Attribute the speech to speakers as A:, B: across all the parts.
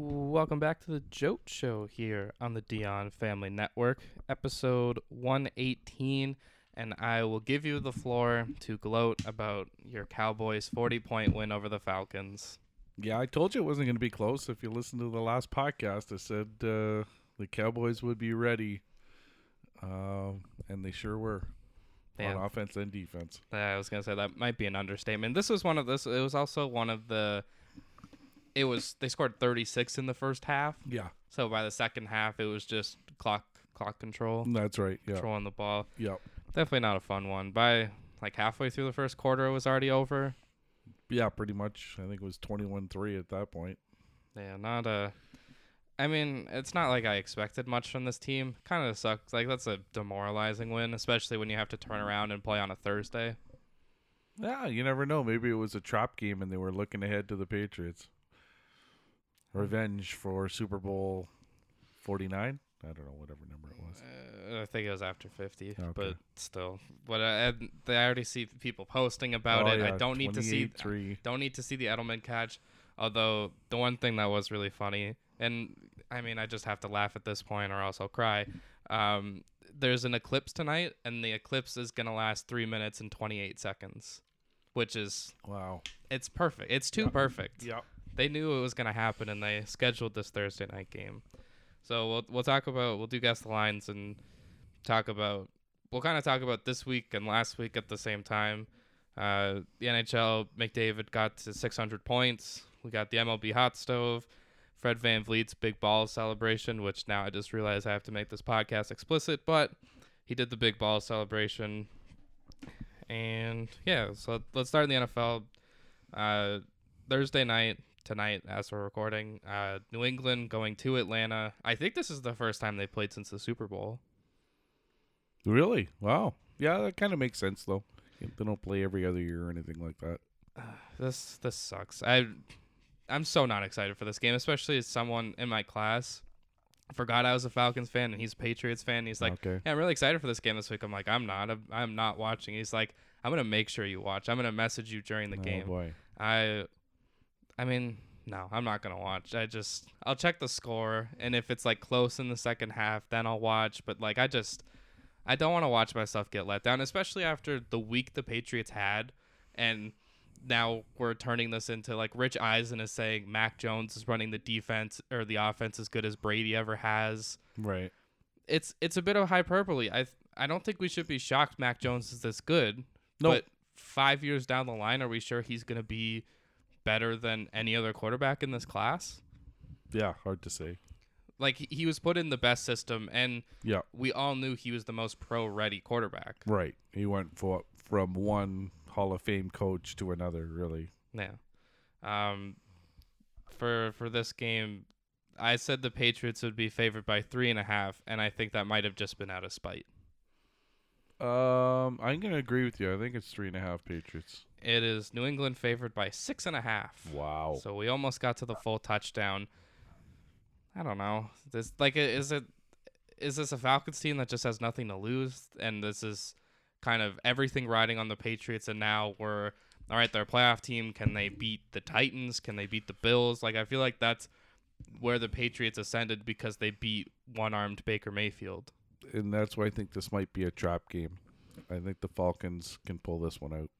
A: Welcome back to the Jote Show here on the Dion Family Network, episode 118. And I will give you the floor to gloat about your Cowboys' 40 point win over the Falcons.
B: Yeah, I told you it wasn't going to be close. If you listen to the last podcast, I said uh, the Cowboys would be ready, uh, and they sure were
A: They
B: on
A: have-
B: offense and defense.
A: Uh, I was gonna say that might be an understatement. This was one of this. It was also one of the. It was they scored 36 in the first half,
B: Yeah,
A: so by the second half it was just clock clock control,
B: that's right. Yeah,
A: controlling the ball.
B: yeah,
A: Definitely not a fun one. By like halfway through the first quarter, it was already over.
B: yeah. Pretty much. I think it was twenty-one-three at that point.
A: Yeah, not a. I mean, it's not like I expected much from this team. Kind of sucks. Like that's a demoralizing win, especially when you have to
B: Mm-hmm.
A: turn around and play on a Thursday.
B: Yeah, you never know. Maybe it was a trap game, and they were looking ahead to the Patriots. Revenge for Super Bowl forty-nine. I don't know whatever number it was.
A: Uh, I think it was after 50,
B: Okay.
A: but still. But uh, I, I, I already see people posting about
B: Oh,
A: it. I
B: yeah,
A: don't need to see
B: 28-3.
A: don't need to see the Edelman catch. Although the one thing that was really funny, and I mean, I just have to laugh at this point, or else I'll cry. Um, there's an eclipse tonight, and the eclipse is gonna last three minutes and 28 seconds, which is
B: Wow.
A: it's perfect. It's too perfect
B: Yep.
A: they knew it was going to happen and they scheduled this Thursday night game. So we'll we'll talk about we'll do guess the lines and talk about we'll kind of talk about this week and last week at the same time. Uh, the NHL McDavid got to 600 points. We got the MLB hot stove. Fred Van Vliet's big balls celebration, which now I just realize I have to make this podcast explicit, but he did the big balls celebration. And yeah, so let's start in the NFL. Uh, Thursday night tonight as we're recording. Uh, New England going to Atlanta. I think this is the first time they played since the Super Bowl.
B: Really? Wow. Yeah, that kind of makes sense though. They don't play every other year or anything like that.
A: This this sucks. I I'm so not excited for this game, especially as someone in my class forgot I was a Falcons fan and he's a Patriots fan. He's like,
B: okay.
A: yeah, I'm really excited for this game this week. I'm like, I'm not. I'm, I'm not watching. He's like, I'm gonna make sure you watch. I'm gonna message you during the
B: oh
A: game.
B: boy.
A: I I mean, no, I'm not gonna watch. I just I'll check the score and if it's like close in the second half, then I'll watch. But like I just I don't wanna watch myself get let down, especially after the week the Patriots had and now we're turning this into like Rich Eisen is saying Mac Jones is running the defense or the offense as good as Brady ever has
B: Right.
A: it's it's a bit of hyperbole. I th- I don't think we should be shocked Mac Jones is this good.
B: No.
A: But five years down the line, are we sure he's going to be better than any other quarterback in this class?
B: Yeah, hard to say.
A: Like he, he was put in the best system, and
B: Yeah.
A: we all knew he was the most pro-ready quarterback.
B: Right. He went for from one Hall of Fame coach to another, really.
A: Yeah. Um, for for this game, I said the Patriots would be favored by three and a half, and I think that might have just been out of spite.
B: Um, I'm gonna agree with you. I think it's three and a half Patriots.
A: It is New England favored by six and a half.
B: Wow.
A: So we almost got to the full touchdown. I don't know. This like i- is it is this a Falcons team that just has nothing to lose and this is kind of everything riding on the Patriots and now we're all right, they're a playoff team. Can they beat the Titans? Can they beat the Bills? Like I feel like that's where the Patriots ascended because they beat one-armed Baker Mayfield.
B: and that's why I think this might be a trap game. I think the Falcons can pull this one out.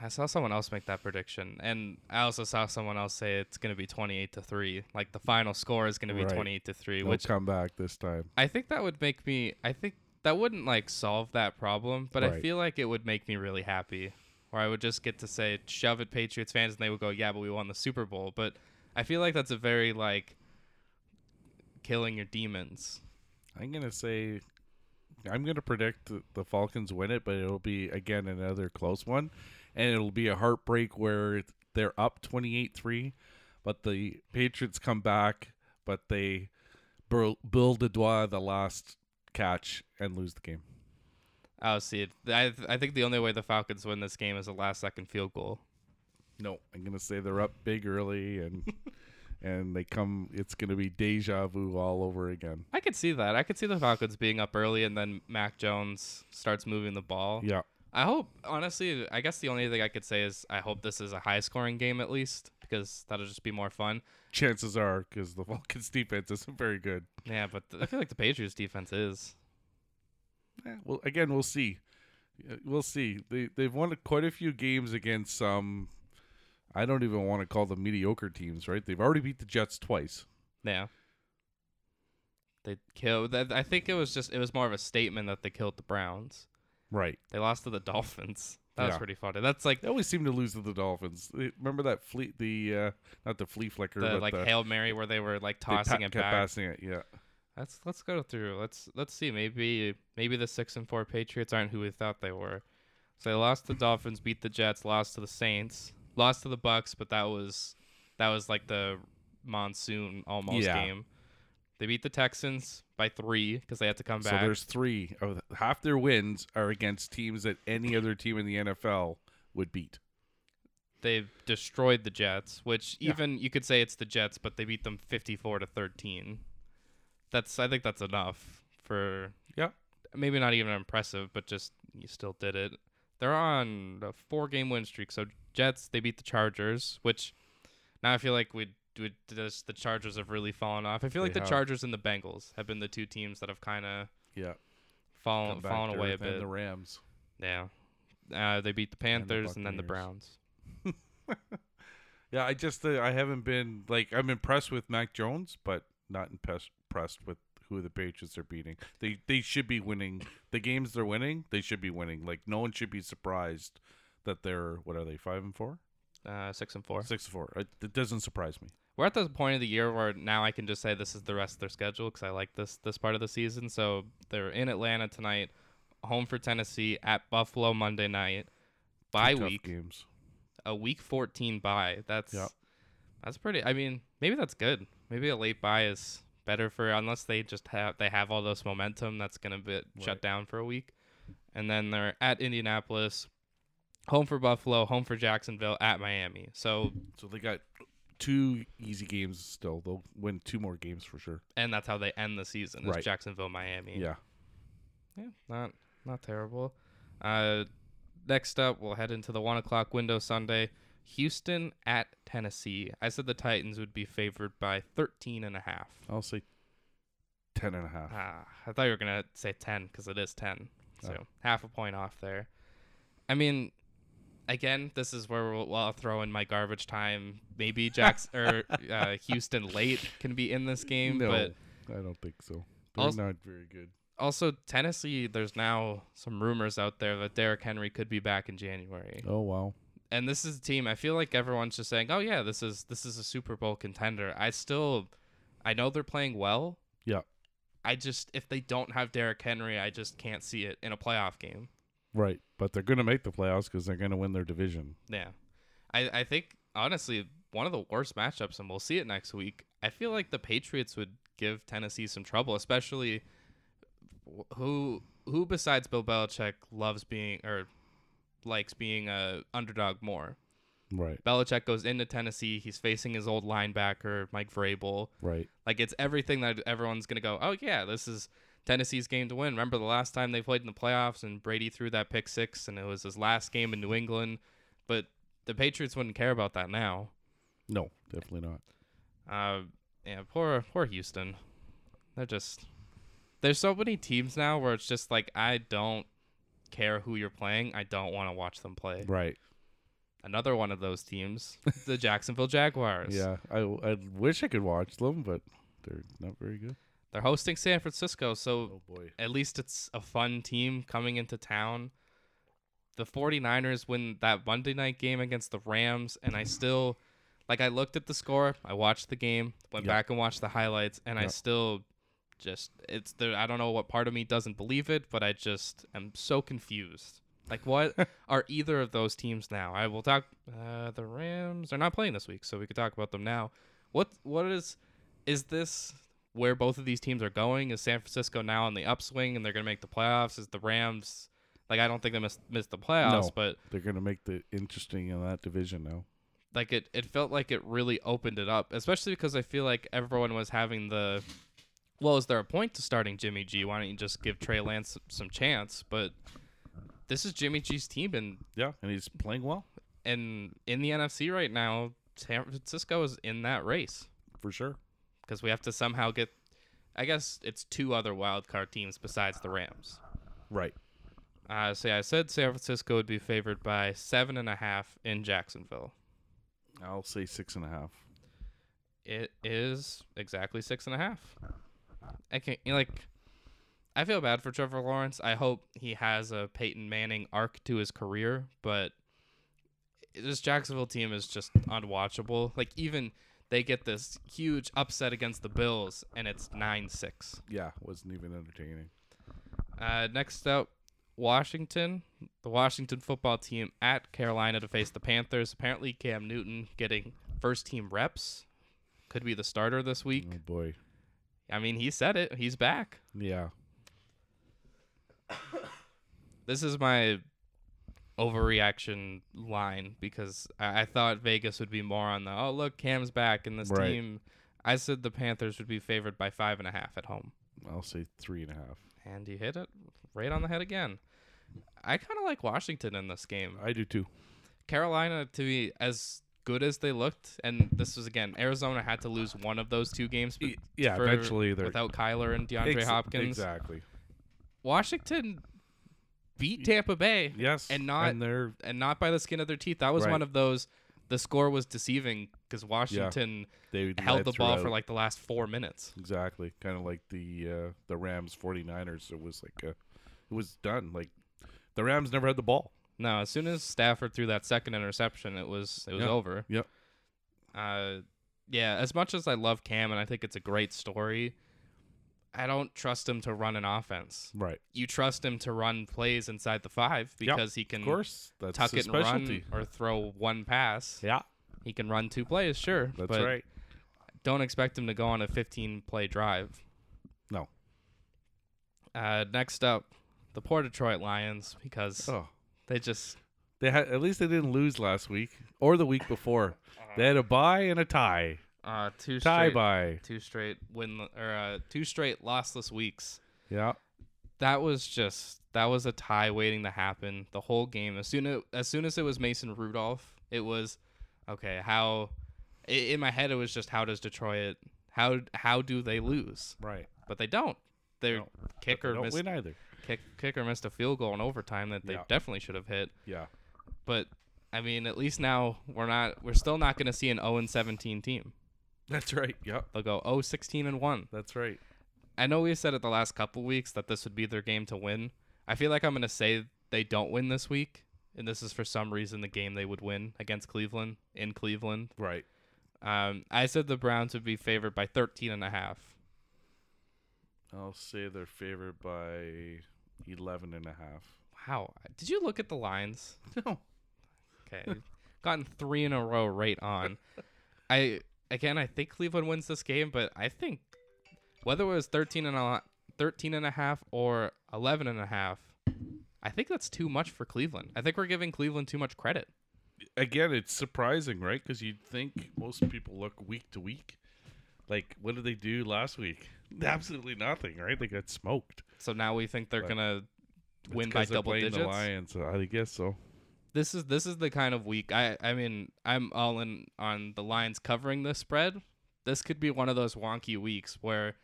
A: I saw someone else make that prediction, and I also saw someone else say it's going to be twenty-eight to three. Like the final score is going to be
B: Right.
A: twenty-eight to three,
B: They'll
A: which
B: come back this time.
A: I think that would make me. I think that wouldn't like solve that problem, but I
B: Right.
A: feel like it would make me really happy. Or I would just get to say, "Shove it, Patriots fans," and they would go, "Yeah, but we won the Super Bowl." But I feel like that's a very like killing your demons.
B: I'm gonna say, I'm gonna predict that the Falcons win it, but it'll be again another close one, and it'll be a heartbreak where they're up 28-3, but the Patriots come back, but they bur- build the doigt the last catch and lose the game.
A: Oh, see, it- I I think the only way the Falcons win this game is a last-second field goal.
B: No, I'm gonna say they're up big early and. And they come, it's going to be deja vu all over again.
A: I could see that. I could see the Falcons being up early, and then Mac Jones starts moving the ball.
B: Yeah.
A: I hope, honestly, I guess the only thing I could say is I hope this is a high scoring game at least. because that'll just be more fun.
B: Chances are, because the Falcons' defense isn't very good.
A: Yeah, but th- I feel like the Patriots defense is.
B: Eh, well, again, we'll see. Uh, We'll see. They they've won quite a few games against some. I don't even want to call them mediocre teams, right? They've already beat the Jets twice.
A: Yeah. They killed. that- I think it was just it was more of a statement that they killed the Browns.
B: Right.
A: They lost to the Dolphins. That was
B: Yeah.
A: pretty funny. That's like
B: They always seem to lose to the Dolphins. They- Remember that flea, the uh, not the flea flicker,
A: the
B: but
A: like
B: the,
A: hail mary where they were like
B: they pa-
A: tossing it
B: kept
A: back.
B: passing it. Yeah,
A: Let's let's go through. Let's let's see. Maybe maybe the six and four Patriots aren't who we thought they were. So they lost to the Dolphins, beat the Jets, lost to the Saints, lost to the Bucks, but that was that was like the monsoon almost
B: Yeah.
A: game. They beat the Texans by three because they had to come
B: so
A: back.
B: there's three of half their wins are against teams that any other team in the NFL would beat.
A: They've destroyed the Jets, which
B: Yeah.
A: even you could say it's the Jets, but they beat them fifty-four to thirteen. That's I think that's enough for
B: Yeah,
A: maybe not even impressive, but just you still did it. They're on a four game win streak. So Jets, they beat the Chargers, which now I feel like we we just the Chargers have really fallen off. I feel like
B: They
A: the
B: have.
A: Chargers and the Bengals have been the two teams that have kind of
B: yeah,
A: fallen
B: Come back
A: fallen
B: to
A: away a
B: earth and
A: bit.
B: The Rams.
A: yeah. Uh, they beat the Panthers and, then the
B: Buccaneers.
A: Browns.
B: Yeah, I just uh, I haven't been like I'm impressed with Mac Jones, but not impressed impressed with who the Patriots are beating. They they should be winning the games they're winning. They should be winning. Like no one should be surprised that they're what are they five and four,
A: Uh, six and four.
B: six and four. It, it doesn't surprise me.
A: We're at the point of the year where now I can just say this is the rest of their schedule because I like this this part of the season. So they're in Atlanta tonight, home for Tennessee at Buffalo Monday night, bye
B: Two tough
A: week,
B: games.
A: a week 14 bye. That's
B: Yep.
A: that's pretty. I mean, maybe that's good. Maybe a late bye is better for unless they just have they have all this momentum that's gonna be shut
B: Right.
A: down for a week, and then they're at Indianapolis, home for Buffalo, home for Jacksonville, at Miami. So
B: So they got two easy games still. They'll win two more games for sure.
A: and that's how they end the season. Is
B: Right.
A: Jacksonville, Miami.
B: Yeah.
A: Yeah, not not terrible. Uh, next up, we'll head into the one o'clock window Sunday. Houston at Tennessee. I said the Titans would be favored by 13 and a half.
B: I'll say ten and a half.
A: Ah, I thought you were going to say 10 because it is 10. So
B: Oh.
A: half a point off there. I mean, again, this is where we'll, well, I'll throw in my garbage time. Maybe Jacks or uh, Houston late can be in this game,
B: no,
A: but
B: I don't think so. They're
A: Also-
B: not very good.
A: also Tennessee, there's now some rumors out there that Derrick Henry could be back in January.
B: Oh wow.
A: And this is a team I feel like everyone's just saying, "Oh yeah, this is this is a Super Bowl contender." I still I know they're playing well.
B: Yeah.
A: I just if they don't have Derrick Henry, I just can't see it in a playoff game.
B: Right, but they're going to make the playoffs because they're going to win their division.
A: Yeah. I I think honestly one of the worst matchups and we'll see it next week. I feel like the Patriots would give Tennessee some trouble, especially wh- who who besides Bill Belichick loves being or likes being a underdog more.
B: Right,
A: Belichick goes into Tennessee, he's facing his old linebacker Mike Vrabel.
B: right.
A: Like it's everything that everyone's gonna go, oh yeah, this is Tennessee's game to win. Remember the last time they played in the playoffs and Brady threw that pick six and it was his last game in New England, but the Patriots wouldn't care about that now.
B: No, definitely not.
A: Uh, yeah, poor poor Houston. They're just there's so many teams now where it's just like I don't care who you're playing. I don't want to watch them play.
B: Right.
A: Another one of those teams, the Jacksonville Jaguars.
B: Yeah, I, I wish I could watch them, but they're not very good.
A: They're hosting San Francisco, so
B: Oh, boy.
A: at least it's a fun team coming into town. The 49ers win that Monday night game against the Rams, and I still, like, I looked at the score, I watched the game, went
B: Yeah.
A: back and watched the highlights, and I
B: Yeah.
A: still just, it's the, I don't know what part of me doesn't believe it, but I just am so confused. Like, what are either of those teams now? I will talk, uh, the Rams are not playing this week, so we could talk about them now. What, what is, is this where both of these teams are going? Is San Francisco now on the upswing and they're going to make the playoffs? Is the Rams like I don't think they missed missed the playoffs,
B: No.
A: but
B: They're going to make the interesting in that division now.
A: like it it felt like it really opened it up, especially because I feel like everyone was having the well, is there a point to starting Jimmy G? Why don't you just give Trey Lance some chance? But this is Jimmy G's team and
B: Yeah, and he's playing well.
A: and in the NFC right now, San Francisco is in that race
B: for sure.
A: because we have to somehow get. I guess it's two other wild card teams besides the Rams.
B: Right.
A: Uh, so yeah, I said San Francisco would be favored by seven and a half in Jacksonville.
B: I'll say six and a half.
A: It is exactly six and a half. I can't you know, like. I feel bad for Trevor Lawrence. I hope he has a Peyton Manning arc to his career, but this Jacksonville team is just unwatchable. Like even they get this huge upset against the Bills, and it's nine six.
B: Yeah, wasn't even entertaining.
A: Uh, next up, Washington. The Washington football team at Carolina to face the Panthers. Apparently, Cam Newton getting first team reps. Could be the starter this week.
B: Oh boy.
A: I mean, he said it. He's back.
B: Yeah.
A: This is my overreaction line because I, I thought Vegas would be more on the, oh, look, Cam's back in this
B: Right.
A: team. I said the Panthers would be favored by five and a half at home.
B: I'll say three and a half.
A: And you hit it right on the head again. I kind of like Washington in this game.
B: I do too.
A: Carolina to be as good as they looked, and this was again Arizona had to lose one of those two games. be-
B: yeah,
A: for-
B: eventually they're
A: without Kyler and DeAndre
B: Ex-
A: Hopkins.
B: Exactly.
A: Washington beat Tampa Bay,
B: Yes.
A: And not-
B: and they're
A: and not by the skin of their teeth. That was
B: Right.
A: one of those. The score was deceiving because Washington
B: they
A: held
B: led
A: the ball for
B: throughout.
A: like the last four minutes.
B: Exactly. Kind of like the uh, the Rams 49ers. It was like uh it was done. Like the Rams never had the ball.
A: No, as soon as Stafford threw that second interception, it was it was
B: Yeah.
A: over.
B: Yep.
A: Uh, yeah. As much as I love Cam and I think it's a great story, I don't trust him to run an offense.
B: Right.
A: you trust him to run plays inside the five
B: Yeah,
A: because he can
B: Of course. That's
A: Mm. tuck
B: his
A: it and run
B: specialty.
A: or throw one pass.
B: Yeah.
A: He can run two plays, sure.
B: That's
A: but
B: right.
A: Don't expect him to go on a 15 play drive.
B: No.
A: Uh, next up, the poor Detroit Lions because
B: Oh.
A: they just
B: They had at least they didn't lose last week or the week before. They had a bye and a tie.
A: uh, two
B: Tie
A: Uh-huh. straight
B: bye.
A: two straight win or uh, two straight lossless weeks.
B: Yeah.
A: That was just that was a tie waiting to happen the whole game. As soon as, as soon as it was Mason Rudolph, it was okay. How i- in my head it was just how does Detroit how how do they lose?
B: Right.
A: But they don't. Their
B: No,
A: kicker
B: Don't
A: missed
B: win either.
A: kick, kicker missed a field goal in overtime that they
B: Yeah.
A: definitely should have hit.
B: Yeah.
A: But I mean, at least now we're not we're still not going to see an 0 and 17 team.
B: That's right. Yep.
A: They'll go 0 16 and 1.
B: That's right.
A: I know we said it the last couple weeks that this would be their game to win. I feel like I'm gonna say they don't win this week, and this is for some reason the game they would win against Cleveland in Cleveland.
B: Right.
A: Um, I said the Browns would be favored by 13 and a half.
B: I'll say they're favored by 11 and a half.
A: Wow, did you look at the lines?
B: No.
A: Okay, gotten three in a row right on. I again, I think Cleveland wins this game, but I think whether it was 13 and a 13 and a half or 11 and a half, I think that's too much for Cleveland. I think we're giving Cleveland too much credit.
B: again, it's surprising, right? Because you'd think most people look week to week. Like, what did they do last week? Absolutely nothing, right? They got smoked.
A: So now we think they're
B: But
A: gonna
B: It's
A: win by
B: 'cause they're
A: double
B: playing The
A: digits.
B: Lions, so I guess so.
A: This is this is the kind of week I I mean I'm all in on the Lions covering this spread. This could be one of those wonky weeks where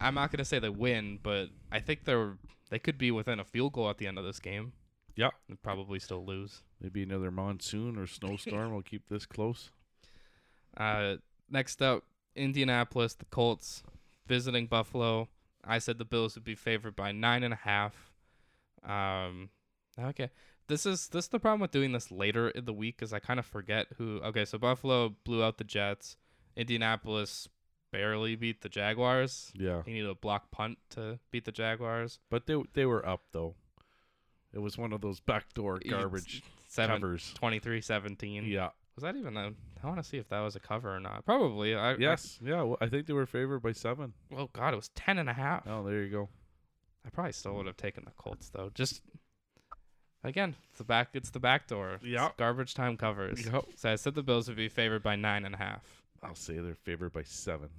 A: I'm not gonna say they win, but I think they're they could be within a field goal at the end of this game.
B: Yeah.
A: and probably still lose.
B: Maybe another monsoon or snowstorm will keep this close.
A: Uh, next up, Indianapolis, the Colts visiting Buffalo. I said the Bills would be favored by nine and a half. Um, okay, this is this is the problem with doing this later in the week is I kind of forget who. Okay, so Buffalo blew out the Jets. Indianapolis barely beat the Jaguars.
B: Yeah.
A: They needed a block punt to beat the Jaguars.
B: But they they were up though. It was one of those backdoor garbage
A: Seven,
B: covers.
A: 23-17.
B: Yeah.
A: Was that even a? I want to see if that was a cover or not. Probably. I, I-
B: Yes. Yeah. Well, I think they were favored by seven.
A: oh God, it was ten and a half.
B: Oh, there you go.
A: I probably still would have taken the Colts though. Just again, it's the back. It's the back door. It's
B: Yep.
A: garbage time covers.
B: Yep.
A: So I said the Bills would be favored by nine and a half.
B: I'll say they're favored by seven.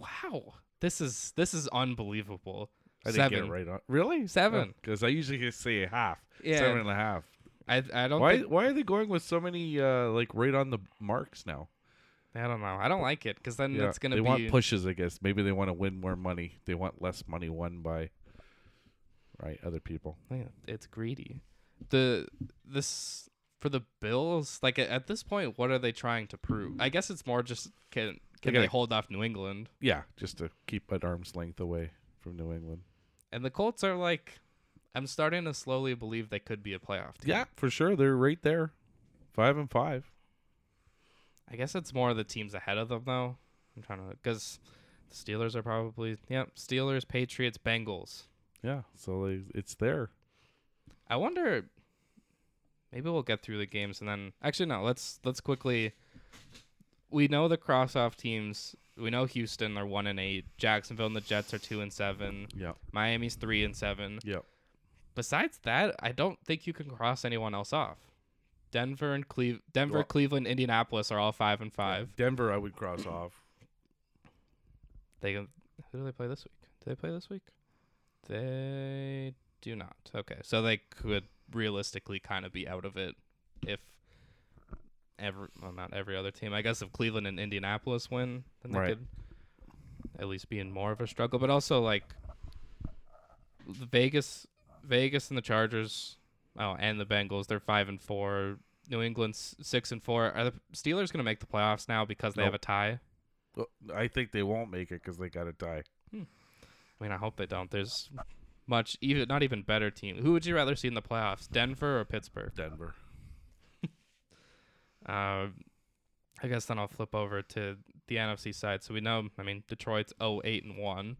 A: Wow. This is this is unbelievable.
B: I didn't
A: seven.
B: get it right on. Really?
A: Seven.
B: Because I usually say a half.
A: Yeah.
B: Seven and a half.
A: I I don't
B: Why
A: think-
B: why are they going with so many uh like right on the marks now?
A: I don't know. I don't like it because then
B: Yeah,
A: it's Mm, gonna
B: they
A: be
B: want pushes, I guess. Maybe they want to win more money. They want less money won by right other people.
A: Yeah, it's greedy. The this for the Bills, like at, at this point, what are they trying to prove? I guess it's more just can can they
B: gotta-
A: hold off New England?
B: Yeah, just to keep at arm's length away from New England.
A: And the Colts are like, I'm starting to slowly believe they could be a playoff team.
B: Yeah, for sure. They're right there, five and five.
A: I guess it's more the teams ahead of them though. I'm trying to because the Steelers are probably yep. Steelers, Patriots, Bengals.
B: Yeah, so they, it's there.
A: I wonder. Maybe we'll get through the games and then actually no. Let's let's quickly. We know the cross off teams. We know Houston are one and eight. Jacksonville and the Jets are two and seven.
B: Yeah,
A: Miami's three and seven.
B: yeah.
A: Besides that, I don't think you can cross anyone else off. Denver and Cleve- Denver,
B: Well-
A: Cleveland, Indianapolis are all five and five.
B: Denver, I would cross off.
A: They who do they play this week? Do they play this week? They do not. Okay, so they could realistically kind of be out of it if every well, not every other team. I guess if Cleveland and Indianapolis win, then they
B: Right.
A: could at least be in more of a struggle. But also like the Vegas, Vegas and the Chargers. Oh, and the Bengals. They're five and four. New England's six and four. Are the Steelers going to make the playoffs now because they have a
B: Nope.
A: tie?
B: Well, I think they won't make it because they got to die.
A: I mean, I hope they don't. There's much even not even better team. Who would you rather see in the playoffs, Denver or Pittsburgh?
B: Denver.
A: Uh, I guess then I'll flip over to the NFC side. So we know, I mean, Detroit's 08 and 1.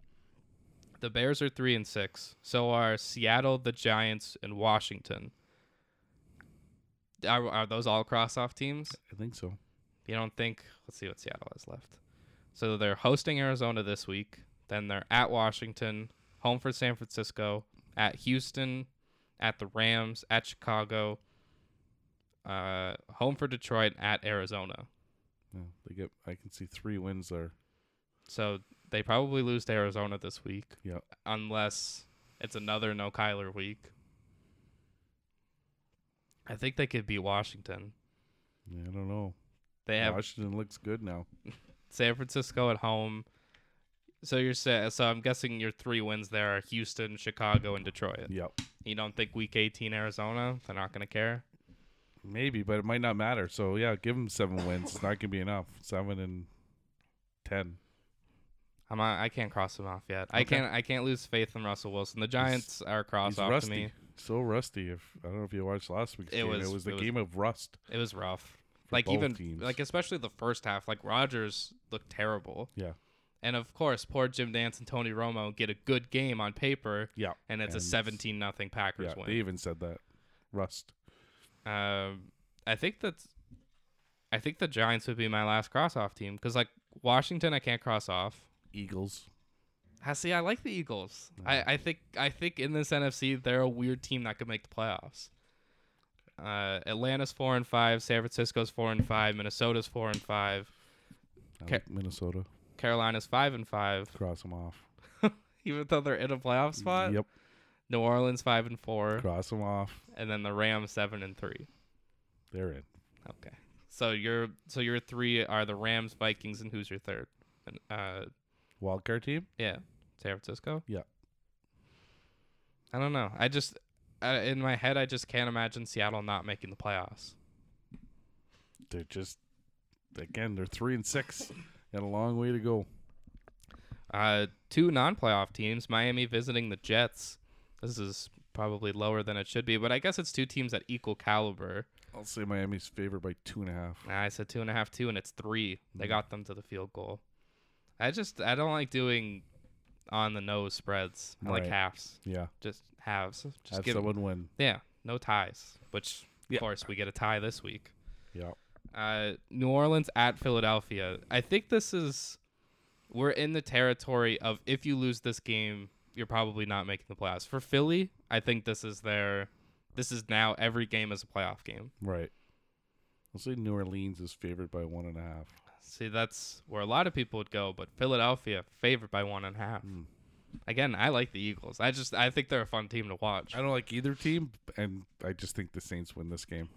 A: The Bears are 3 and 6. So are Seattle, the Giants, and Washington. Are, are those all cross off teams?
B: I think so.
A: You don't think? Let's see what Seattle has left. So they're hosting Arizona this week. Then they're at Washington, home for San Francisco, at Houston, at the Rams, at Chicago, uh, home for Detroit, at Arizona.
B: Yeah, they get. I can see three wins there.
A: So they probably lose to Arizona this week.
B: Yep.
A: Unless it's another no Kyler week. I think they could beat Washington.
B: Yeah, I don't know.
A: They have
B: Washington looks good now.
A: San Francisco at home. So you're sa- so I'm guessing your three wins there are Houston, Chicago, and Detroit.
B: Yep.
A: You don't think Week 18 Arizona? They're not gonna care.
B: Maybe, but it might not matter. So yeah, give them seven wins. It's not gonna be enough. Seven and ten.
A: I'm not, I can't cross them off yet. I
B: Okay.
A: can't I can't lose faith in Russell Wilson. The Giants are cross
B: He's
A: off
B: rusty.
A: to me.
B: So rusty. If I don't know if you watched last week's
A: It
B: game,
A: was-
B: it was the
A: it was-
B: game of rust.
A: It was rough.
B: For
A: like
B: both
A: even
B: teams.
A: like especially the first half. Like Rogers looked terrible.
B: Yeah.
A: And of course, poor Jim Nance and Tony Romo get a good game on paper,
B: Yeah.
A: and it's
B: And-
A: a 17 nothing Packers
B: Yeah.
A: win.
B: They even said that. Rust.
A: Um, I think that's. I think the Giants would be my last cross off team because like Washington, I can't cross off.
B: Eagles.
A: I Ah, see. I like the Eagles. I, I think I think in this NFC they're a weird team that could make the playoffs. Uh, Atlanta's four and five. San Francisco's four and five. Minnesota's four and five.
B: I
A: Ca-
B: like Minnesota.
A: Carolina's five and five.
B: Cross them off.
A: Even though they're in a playoff spot.
B: Yep.
A: New Orleans five and four,
B: Cross them off.
A: and then the Rams seven and three.
B: They're in.
A: Okay. So your so your three are the Rams, Vikings, and who's your third? And, uh,
B: Wild card team.
A: yeah, San Francisco.
B: Yeah.
A: I don't know. I just uh, in my head, I just can't imagine Seattle not making the playoffs.
B: They're just again. They're three and six. Got a long way to go.
A: Uh, two non-playoff teams: Miami visiting the Jets. This is probably lower than it should be, but I guess it's two teams at equal caliber.
B: I'll say Miami's favored by two and a half.
A: Nah, I said two and a half, two, and it's three.
B: Mm-hmm.
A: They got them to the field goal. I just I don't like doing on the nose spreads. I like
B: Right.
A: halves.
B: Yeah.
A: Just halves. Just
B: Have
A: give
B: someone win.
A: Yeah, no ties. Which of
B: Yeah.
A: course we get a tie this week.
B: Yeah.
A: Uh, New Orleans at Philadelphia. I think this is we're in the territory of if you lose this game, you're probably not making the playoffs. For Philly, I think this is their this is now every game is a playoff game.
B: Right. I'll say New Orleans is favored by one and a half.
A: See, that's where a lot of people would go, but Philadelphia favored by one and a half.
B: Mm.
A: Again, I like the Eagles. I just I think they're a fun team to watch.
B: I don't like either team, and I just think the Saints win this game.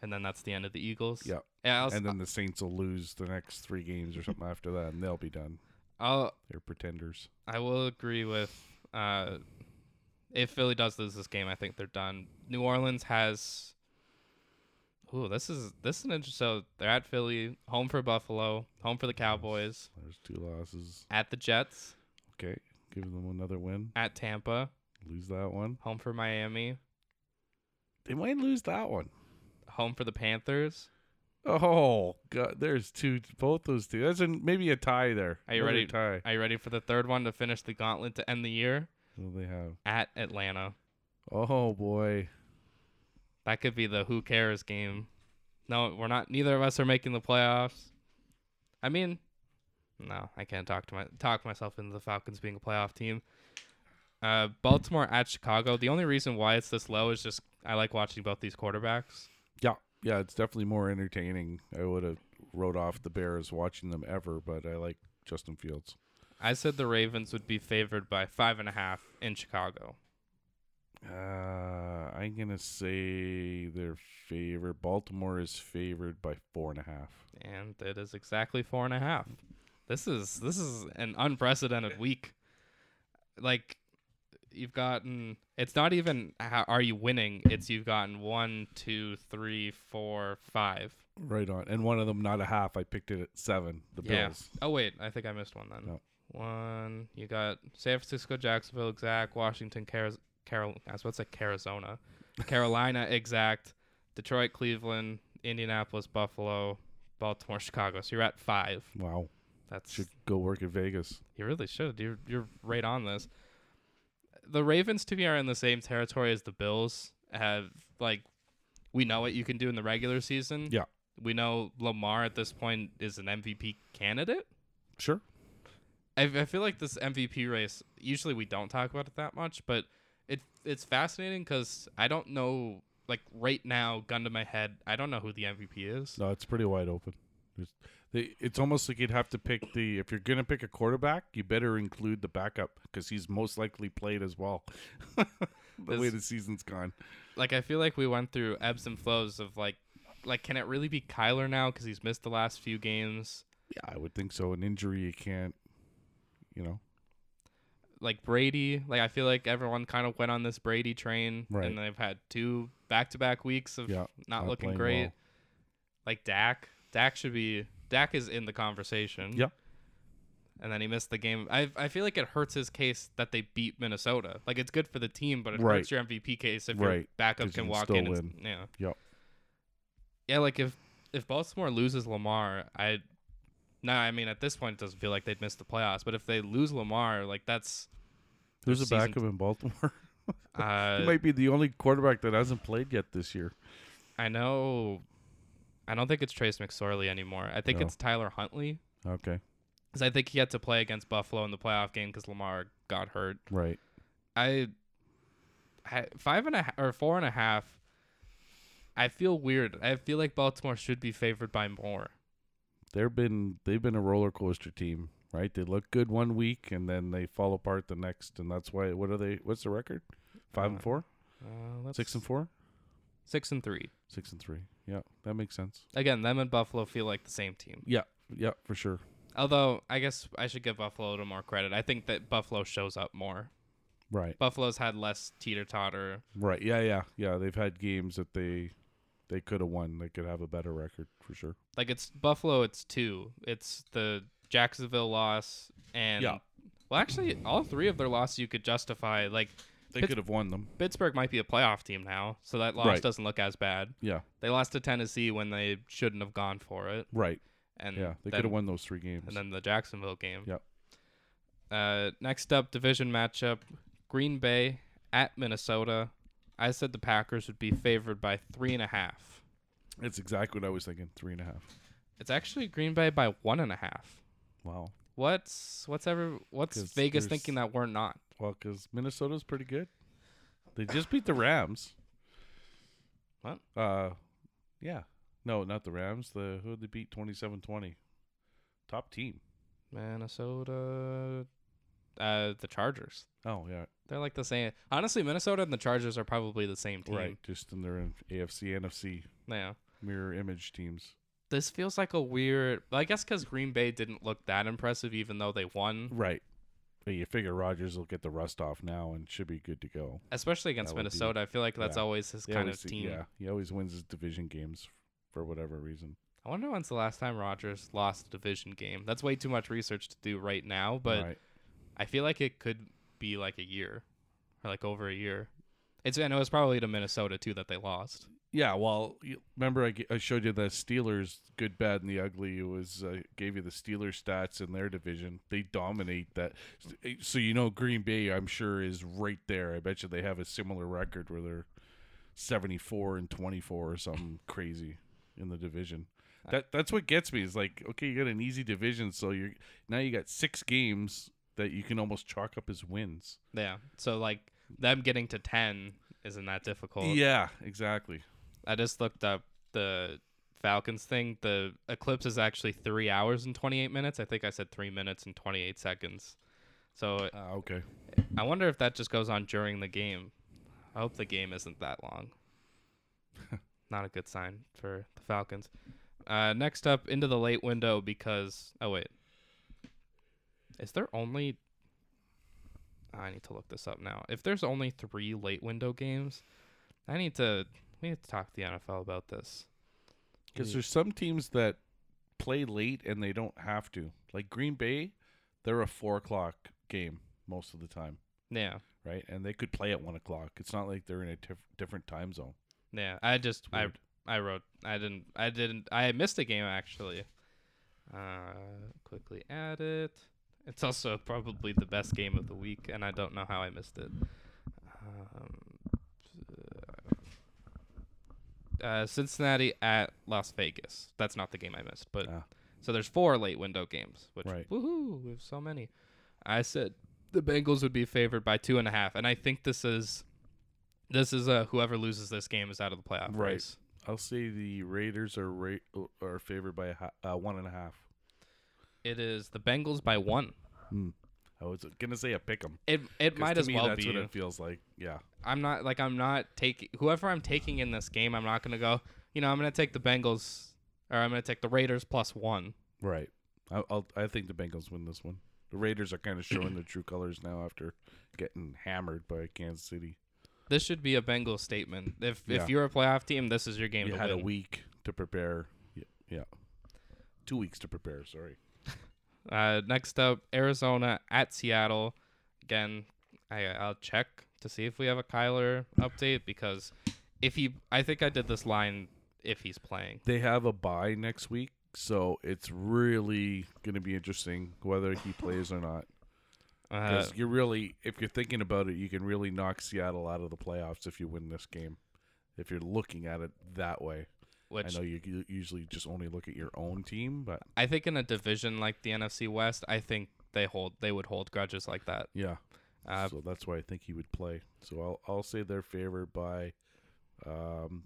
A: And then that's the end of the Eagles.
B: Yeah.
A: Yeah. I'll, s-
B: and then the Saints will lose the next three games or something after that, and they'll be done.
A: I'll
B: They're pretenders.
A: I will agree with uh, if Philly does lose this game, I think they're done. New Orleans has. Ooh, this is this is an interesting. So they're at Philly, home for Buffalo, home for the Cowboys,
B: There's two losses.
A: at the Jets,
B: Okay, give them another win.
A: at Tampa,
B: Lose that one.
A: home for Miami,
B: They might lose that one.
A: home for the Panthers.
B: Oh God, there's two. Both those two. That's an, maybe a tie there.
A: Are you
B: Another
A: ready?
B: Tie.
A: Are you ready for the third one to finish the gauntlet to end the year?
B: What do they have?
A: At Atlanta.
B: Oh boy.
A: That could be the who cares game. No, we're not. Neither of us are making the playoffs. I mean, no, I can't talk to my talk myself into the Falcons being a playoff team. Uh, Baltimore at Chicago. The only reason why it's this low is just I like watching both these quarterbacks.
B: Yeah, yeah. It's definitely more entertaining. I would have wrote off the Bears watching them ever, but I like Justin Fields.
A: I said the Ravens would be favored by five and a half in Chicago.
B: Uh, I'm gonna say they're favored. Baltimore is favored by four and a half.
A: and it is exactly four and a half. This is this is an unprecedented week. Like you've gotten, it's not even how, are you winning. It's you've gotten one, two, three, four, five.
B: Right on. And one of them not a half. I picked it at seven. The
A: Yeah.
B: Bills.
A: Oh wait, I think I missed one then.
B: No.
A: One, you got San Francisco, Jacksonville, exact. Washington, Cari- Carol. I was about to say Arizona, Carolina, exact. Detroit, Cleveland, Indianapolis, Buffalo, Baltimore, Chicago. So you're at five.
B: Wow.
A: That's
B: Should go work at Vegas.
A: You really should. You're you're right on this. The Ravens to me are in the same territory as the Bills. Have like we know what you can do in the regular season.
B: Yeah.
A: We know Lamar at this point is an MVP candidate.
B: Sure.
A: I, I feel like this MVP race. Usually we don't talk about it that much, but it it's fascinating because I don't know. Like right now, gun to my head, I don't know who the MVP is.
B: No, it's pretty wide open. There's- they, it's almost like you'd have to pick the if you're gonna pick a quarterback, you better include the backup because he's most likely played as well. the way
A: This-
B: the season's gone.
A: like I feel like we went through ebbs and flows of like like can it really be Kyler now because he's missed the last few games
B: Yeah, I would think so. An injury, you can't. You know,
A: like Brady like I feel like everyone kind of went on this Brady train
B: Right.
A: and they've had two back to back weeks of
B: Yeah,
A: not,
B: not
A: looking
B: playing
A: great
B: well.
A: like Dak Dak should be Dak is in the conversation
B: Yep.
A: and then he missed the game I I feel like it hurts his case that they beat Minnesota like it's good for the team but it
B: Right.
A: hurts your MVP case if your
B: Right,
A: backup
B: 'cause you
A: can
B: can
A: walk
B: still
A: in and,
B: win.
A: yeah
B: Yep.
A: yeah like if if Baltimore loses Lamar, I no, I mean at this point it doesn't feel like they'd miss the playoffs. But if they lose Lamar, like that's
B: there's a
A: Their season-
B: backup in Baltimore. he
A: uh,
B: might be the only quarterback that hasn't played yet this year.
A: I know. I don't think it's Trace McSorley anymore. I think
B: No.
A: it's Tyler Huntley
B: Okay,
A: because I think he had to play against Buffalo in the playoff game because Lamar got hurt.
B: right.
A: I, I five and a half or four and a half. I feel weird. I feel like Baltimore should be favored by more.
B: They've been they've been a roller coaster team, right? They look good one week and then they fall apart the next, and that's why. What are they? What's the record? Five
A: Uh,
B: and four,
A: Uh, let's,
B: six and four.
A: six and three.
B: Six and three. Yeah, that makes sense.
A: Again, them and Buffalo feel like the same team.
B: Yeah, yeah, for sure.
A: Although I guess I should give Buffalo a little more credit. I think that Buffalo shows up more.
B: Right,
A: Buffalo's had less teeter totter.
B: right. Yeah, yeah, yeah. They've had games that they they could have won. They could have a better record for sure.
A: Like it's Buffalo, it's two. It's the Jacksonville loss and
B: Yeah.
A: well, actually, all three of their losses you could justify. Like
B: They
A: Pitts-
B: could have won them.
A: Pittsburgh might be a playoff team now, so that loss
B: Right.
A: doesn't look as bad.
B: Yeah,
A: They lost to Tennessee when they shouldn't have gone for it,
B: right.
A: and
B: Yeah, they
A: Mm, then-
B: could have won those three games.
A: and then the Jacksonville game.
B: Yep.
A: Uh, next up, division matchup: Green Bay at Minnesota. I said the Packers would be favored by three and a half.
B: It's exactly what I was thinking. Three and a half.
A: It's actually Green Bay by one and a half.
B: Wow.
A: What's what's ever what's
B: 'Cause
A: Vegas
B: there's-
A: thinking that we're not?
B: Well, because Minnesota's pretty good. They just beat the Rams.
A: What?
B: Uh, yeah. No, not the Rams. The who they beat 27-20. Top team.
A: Minnesota uh, the Chargers.
B: Oh yeah,
A: They're like the same. Honestly, Minnesota and the Chargers are probably the same team.
B: right. Just in their AFC, NFC
A: Yeah.
B: mirror image teams.
A: This feels like a weird. I guess because Green Bay didn't look that impressive, even though they won,
B: Right. But you figure Rogers will get the rust off now and should be good to go.
A: especially against
B: That would be-
A: Minnesota. I feel like that's
B: yeah.
A: always his
B: He
A: kind
B: always-
A: of team.
B: Yeah, he always wins his division games for whatever reason.
A: I wonder when's the last time Rodgers lost a division game. That's way too much research to do right now, but
B: Right.
A: I feel like it could be like a year or like over a year. It's and it was probably to Minnesota too that they lost.
B: yeah, well, you- remember I, g- I showed you the Steelers good, bad, and the ugly. It was uh, gave you the Steelers stats in their division. They dominate that. eh, So you know Green Bay, I'm sure, is right there. I bet you they have a similar record where they're 74 and 24 or something crazy in the division. That that's what gets me is like, okay, you got an easy division, so you are now you got six games that you can almost chalk up as wins.
A: Yeah. So like them getting to 10 isn't that difficult.
B: Yeah, exactly.
A: I just looked up the Falcons thing. The eclipse is actually 3 hours and 28 minutes. I think I said 3 minutes and 28 seconds. So
B: Uh, okay.
A: I wonder if that just goes on during the game. I hope the game isn't that long. Not a good sign for the Falcons. Uh, next up, into the late window because. Oh, wait. Is there only. I need to look this up now. If there's only three late window games, I need to. We need to talk to the NFL about this.
B: Because
A: Mm.
B: there's some teams that play late and they don't have to. Like Green Bay, they're a four o'clock game most of the time,
A: Yeah.
B: right? And they could play at one o'clock. It's not like they're in a tif- different time zone.
A: Yeah. I just. I,
B: Weird.
A: I wrote. I didn't. I didn't. I missed a game, actually. Uh, quickly add it. It's also probably the best game of the week, and I don't know how I missed it. Um, uh, Cincinnati at Las Vegas. That's not the game I missed, but
B: Ah.
A: so there's four late window games, which
B: Right.
A: woohoo, we have so many. I said the Bengals would be favored by two and a half, and I think this is this is uh whoever loses this game is out of the playoff
B: Right.
A: race.
B: I'll say the Raiders are ra- are favored by a ha- uh, one and a half.
A: It is the Bengals by one.
B: I was gonna say a pick 'em.
A: It it
B: 'cause
A: might
B: to
A: as
B: me,
A: well
B: that's
A: be.
B: what it feels like. Yeah,
A: I'm not like I'm not taking whoever I'm taking in this game. I'm not gonna go. You know, I'm gonna take the Bengals or I'm gonna take the Raiders plus one.
B: right. I, I'll, I think the Bengals win this one. The Raiders are kind of showing their true colors now after getting hammered by Kansas City.
A: This should be a Bengals statement. If
B: Yeah.
A: if you're a playoff team, this is your game.
B: you
A: to
B: had
A: win.
B: a week to prepare. Yeah, yeah, two weeks to prepare. Sorry.
A: Uh, next up, Arizona at Seattle. Again, I, I'll check to see if we have a Kyler update because if he, I think I did this line if he's playing.
B: They have a bye next week, so it's really going to be interesting whether he plays or not.
A: Uh,
B: Because you're really, if you're thinking about it, you can really knock Seattle out of the playoffs if you win this game. If you're looking at it that way,
A: which
B: I know you you usually just only look at your own team, but
A: I think in a division like the NFC West, I think they hold they would hold grudges like that.
B: yeah.
A: Uh,
B: so that's why I think he would play. So I'll I'll say they're favored by, um,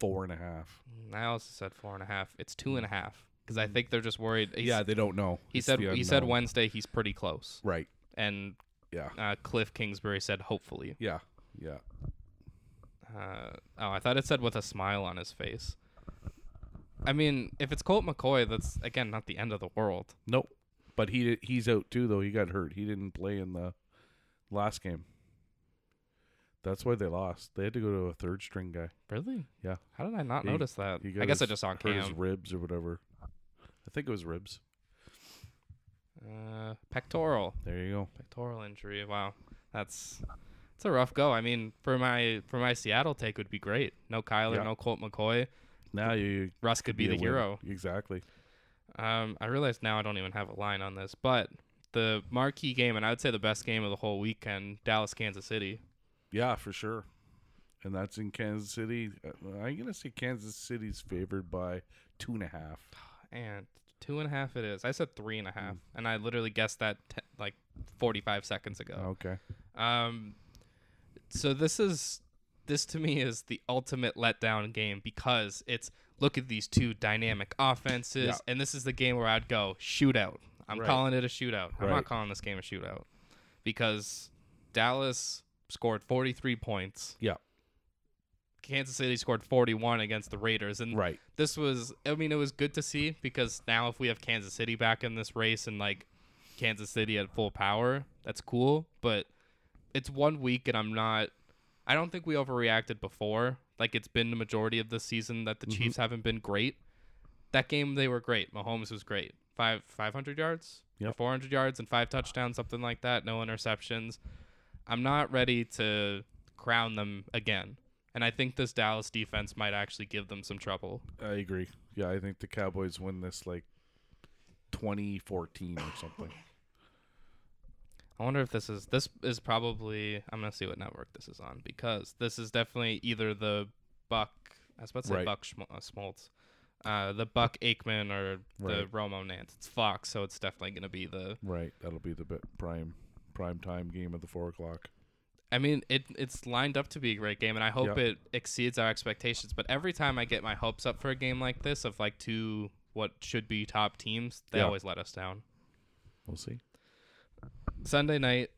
B: four and a half.
A: I also said four and a half. It's two and a half because I think they're just worried. he's-
B: Mm. yeah, they don't know.
A: he
B: It's
A: said
B: the
A: he said
B: unknown.
A: Wednesday he's pretty close,
B: Right.
A: and
B: Yeah.
A: uh, Cliff Kingsbury said hopefully.
B: Yeah. Yeah.
A: Uh, oh, I thought it said with a smile on his face. I mean, if it's Colt McCoy, that's again not the end of the world.
B: Nope. But he he's out too though. He got hurt. He didn't play in the last game. That's why they lost. They had to go to a third string guy.
A: Really?
B: Yeah.
A: How did I not
B: He-
A: notice that?
B: he
A: I
B: got
A: guess I
B: his-
A: just saw
B: Hurt his
A: Cam.
B: ribs or whatever. I think it was ribs.
A: Uh, pectoral,
B: There you go.
A: pectoral injury. Wow, that's it's a rough go. I mean, for my for my Seattle take would be great. No Kyler,
B: Yeah.
A: no Colt McCoy.
B: Now you
A: Russ could be
B: a
A: the
B: win.
A: hero.
B: Exactly.
A: Um, I realize now I don't even have a line on this, but the marquee game, and I would say the best game of the whole weekend, Dallas, Kansas City.
B: Yeah, for sure. And that's in Kansas City. Uh, I'm gonna say Kansas City's favored by two and a half.
A: and two and a half it is. I said three and a
B: Mm.
A: half, and I literally guessed that te- like 45 seconds ago.
B: Okay.
A: Um, so this is this to me is the ultimate letdown game because it's look at these two dynamic offenses,
B: Yeah.
A: and this is the game where I'd go shootout. I'm
B: Right.
A: calling it a shootout. I'm
B: Right.
A: not calling this game a shootout because Dallas scored 43 points.
B: Yeah.
A: Kansas City scored 41 against the Raiders, and
B: Right.
A: this was I mean it was good to see because now if we have Kansas City back in this race and like Kansas City at full power, that's cool, but it's one week and I'm not I don't think we overreacted before. Like it's been the majority of the season that the Chiefs haven't been great. That game they were great. Mahomes was great. 5 500 yards, or
B: Yep.
A: 400 yards and five touchdowns, something like that, no interceptions. I'm not ready to crown them again. And I think this Dallas defense might actually give them some trouble.
B: I agree. Yeah, I think the Cowboys win this like 2014 or something.
A: I wonder if this is this is probably I'm gonna see what network this is on because this is definitely either the Buck I was about to say
B: Right.
A: Buck Schm- uh, Smoltz, uh, the Buck Aikman or the
B: Right.
A: Romo Nance. It's Fox, so it's definitely gonna be the.
B: right. That'll be the bit prime prime time game of the four o'clock.
A: I mean, it it's lined up to be a great game, and I hope
B: Yeah.
A: it exceeds our expectations. But every time I get my hopes up for a game like this of like two what should be top teams, they
B: Yeah.
A: always let us down.
B: We'll see.
A: Sunday night,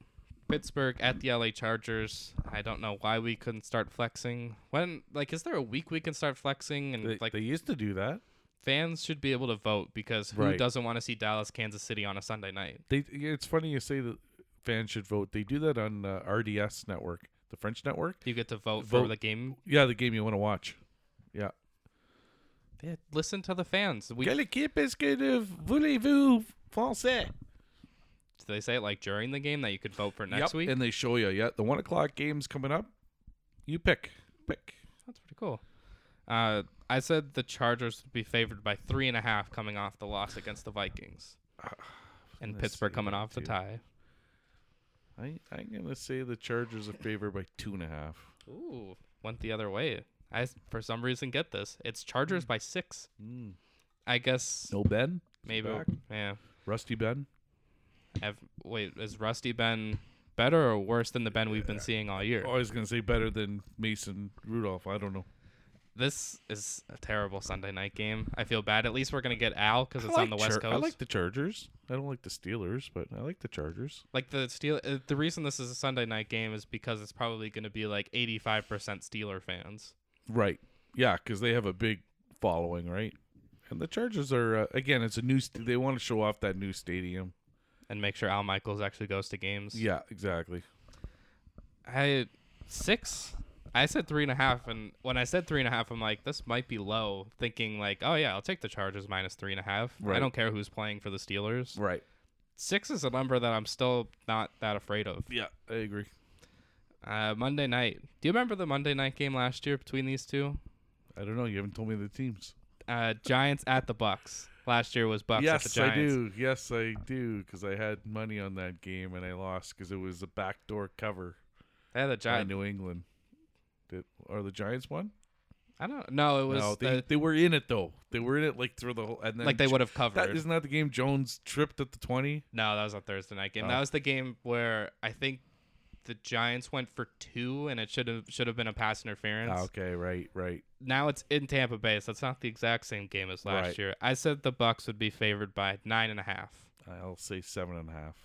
A: Pittsburgh at the LA Chargers. I don't know why we couldn't start flexing. When like is there a week we can start flexing and
B: They,
A: like
B: they used to do that.
A: fans should be able to vote because who
B: Right.
A: doesn't want to see Dallas Kansas City on a Sunday night?
B: They. It's funny you say that fans should vote. They do that on uh, RDS network, the French network.
A: You get to vote, for
B: Vote.
A: the game.
B: Yeah, the game you want to watch. Yeah.
A: Yeah, listen to the fans. We
B: Quelle équipe est-ce que de- voulez-vous français?
A: do they say it like during the game that you could vote for next
B: Yep,
A: week.
B: And they show you, yeah, the one o'clock game's coming up. You pick. Pick.
A: That's pretty cool. Uh, I said the Chargers would be favored by three and a half coming off the loss against the Vikings.
B: Ah,
A: And
B: gonna
A: Pittsburgh
B: say
A: coming
B: that
A: off the
B: too.
A: tie.
B: I, I'm going to say the Chargers a favor by two and a half.
A: Ooh, went the other way. I s- for some reason get this. It's Chargers
B: Hmm.
A: by six.
B: Mm.
A: I guess
B: No Ben?
A: maybe.
B: back.
A: Yeah.
B: Rusty Ben?
A: Ev- wait, is Rusty Ben better or worse than the Ben we've been seeing all year?
B: Oh, I was going to say better than Mason Rudolph. I don't know.
A: This is a terrible Sunday night game. I feel bad. At least we're gonna get Al because it's
B: I
A: on the
B: like
A: West
B: Char-
A: Coast.
B: I like the Chargers. I don't like the Steelers, but I like the Chargers.
A: Like the Steel. uh, The reason this is a Sunday night game is because it's probably gonna be like 85% Steeler fans.
B: Right. Yeah, because they have a big following, right? And the Chargers are uh, again. It's a new. St- they want to show off that new stadium.
A: And make sure Al Michaels actually goes to games.
B: Yeah, exactly.
A: I six. I said three and a half, and when I said three and a half, I'm like, this might be low. Thinking like, oh yeah, I'll take the Chargers minus three and a half. I
B: Right.
A: don't care who's playing for the Steelers.
B: Right.
A: Six is a number that I'm still not that afraid of.
B: Yeah, I agree.
A: Uh, Monday night. Do you remember the Monday night game last year between these two?
B: I don't know. You haven't told me the teams.
A: Uh, Giants at the Bucks. Last year was Bucks at the
B: yes, I
A: Giants.
B: do. Yes, I do. Because I had money on that game and I lost because it was a backdoor cover
A: They had the
B: by
A: Giants.
B: New England. Did are the Giants won?
A: I don't know. It was
B: No, they,
A: the-
B: they were in it though. They were in it like through the whole. And then
A: like they would have covered.
B: That isn't that the game Jones tripped at the twenty.
A: No, that was a Thursday night game.
B: Oh.
A: That was the game where I think the Giants went for two, and it should have should have been a pass interference.
B: Ah, okay, right, right.
A: Now it's in Tampa Bay, so it's not the exact same game as last
B: Right.
A: year. I said the Bucks would be favored by nine and a half,
B: I'll say seven and a half.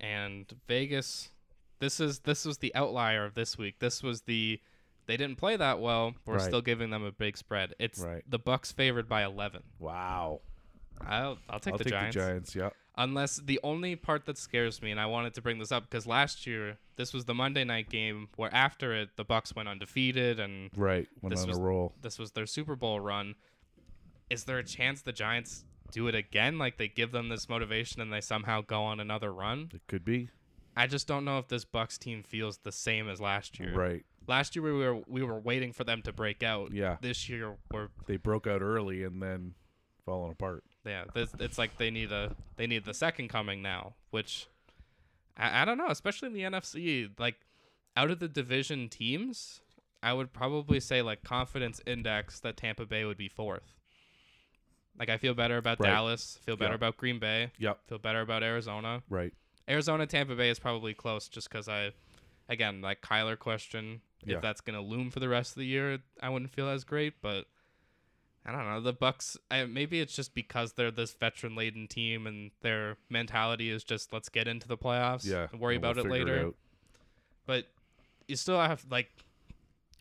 A: and Vegas. This is this was the outlier of this week. This was the they didn't play that well. We're
B: Right.
A: still giving them a big spread. It's
B: Right.
A: the Bucks favored by eleven.
B: Wow.
A: I'll I'll take,
B: I'll
A: the,
B: take
A: Giants.
B: the Giants. Yeah.
A: Unless the only part that scares me, and I wanted to bring this up because last year this was the Monday night game where after it the Bucks went undefeated and
B: Right. Went
A: This
B: on
A: was-
B: a roll.
A: this was their Super Bowl run. Is there a chance the Giants do it again? Like they give them this motivation and they somehow go on another run?
B: It could be.
A: I just don't know if this Bucks team feels the same as last year.
B: Right.
A: Last year we were we were waiting for them to break out.
B: Yeah.
A: This year we're
B: They broke out early and then falling apart.
A: yeah this, it's like they need a they need the second coming now which I, I don't know especially in the nfc like out of the division teams i would probably say like confidence index that tampa bay would be fourth like i feel better about
B: Right.
A: dallas feel better
B: Yeah.
A: about green bay
B: Yep.
A: feel better about arizona
B: Right.
A: arizona tampa bay is probably close just because i again like kyler question
B: Yeah.
A: if that's going to loom for the rest of the year i wouldn't feel as great but I don't know the Bucks. I, maybe it's just because they're this veteran-laden team and their mentality is just let's get into the playoffs.
B: Yeah.
A: and worry
B: and we'll
A: about it
B: figure
A: later.
B: out.
A: but you still have like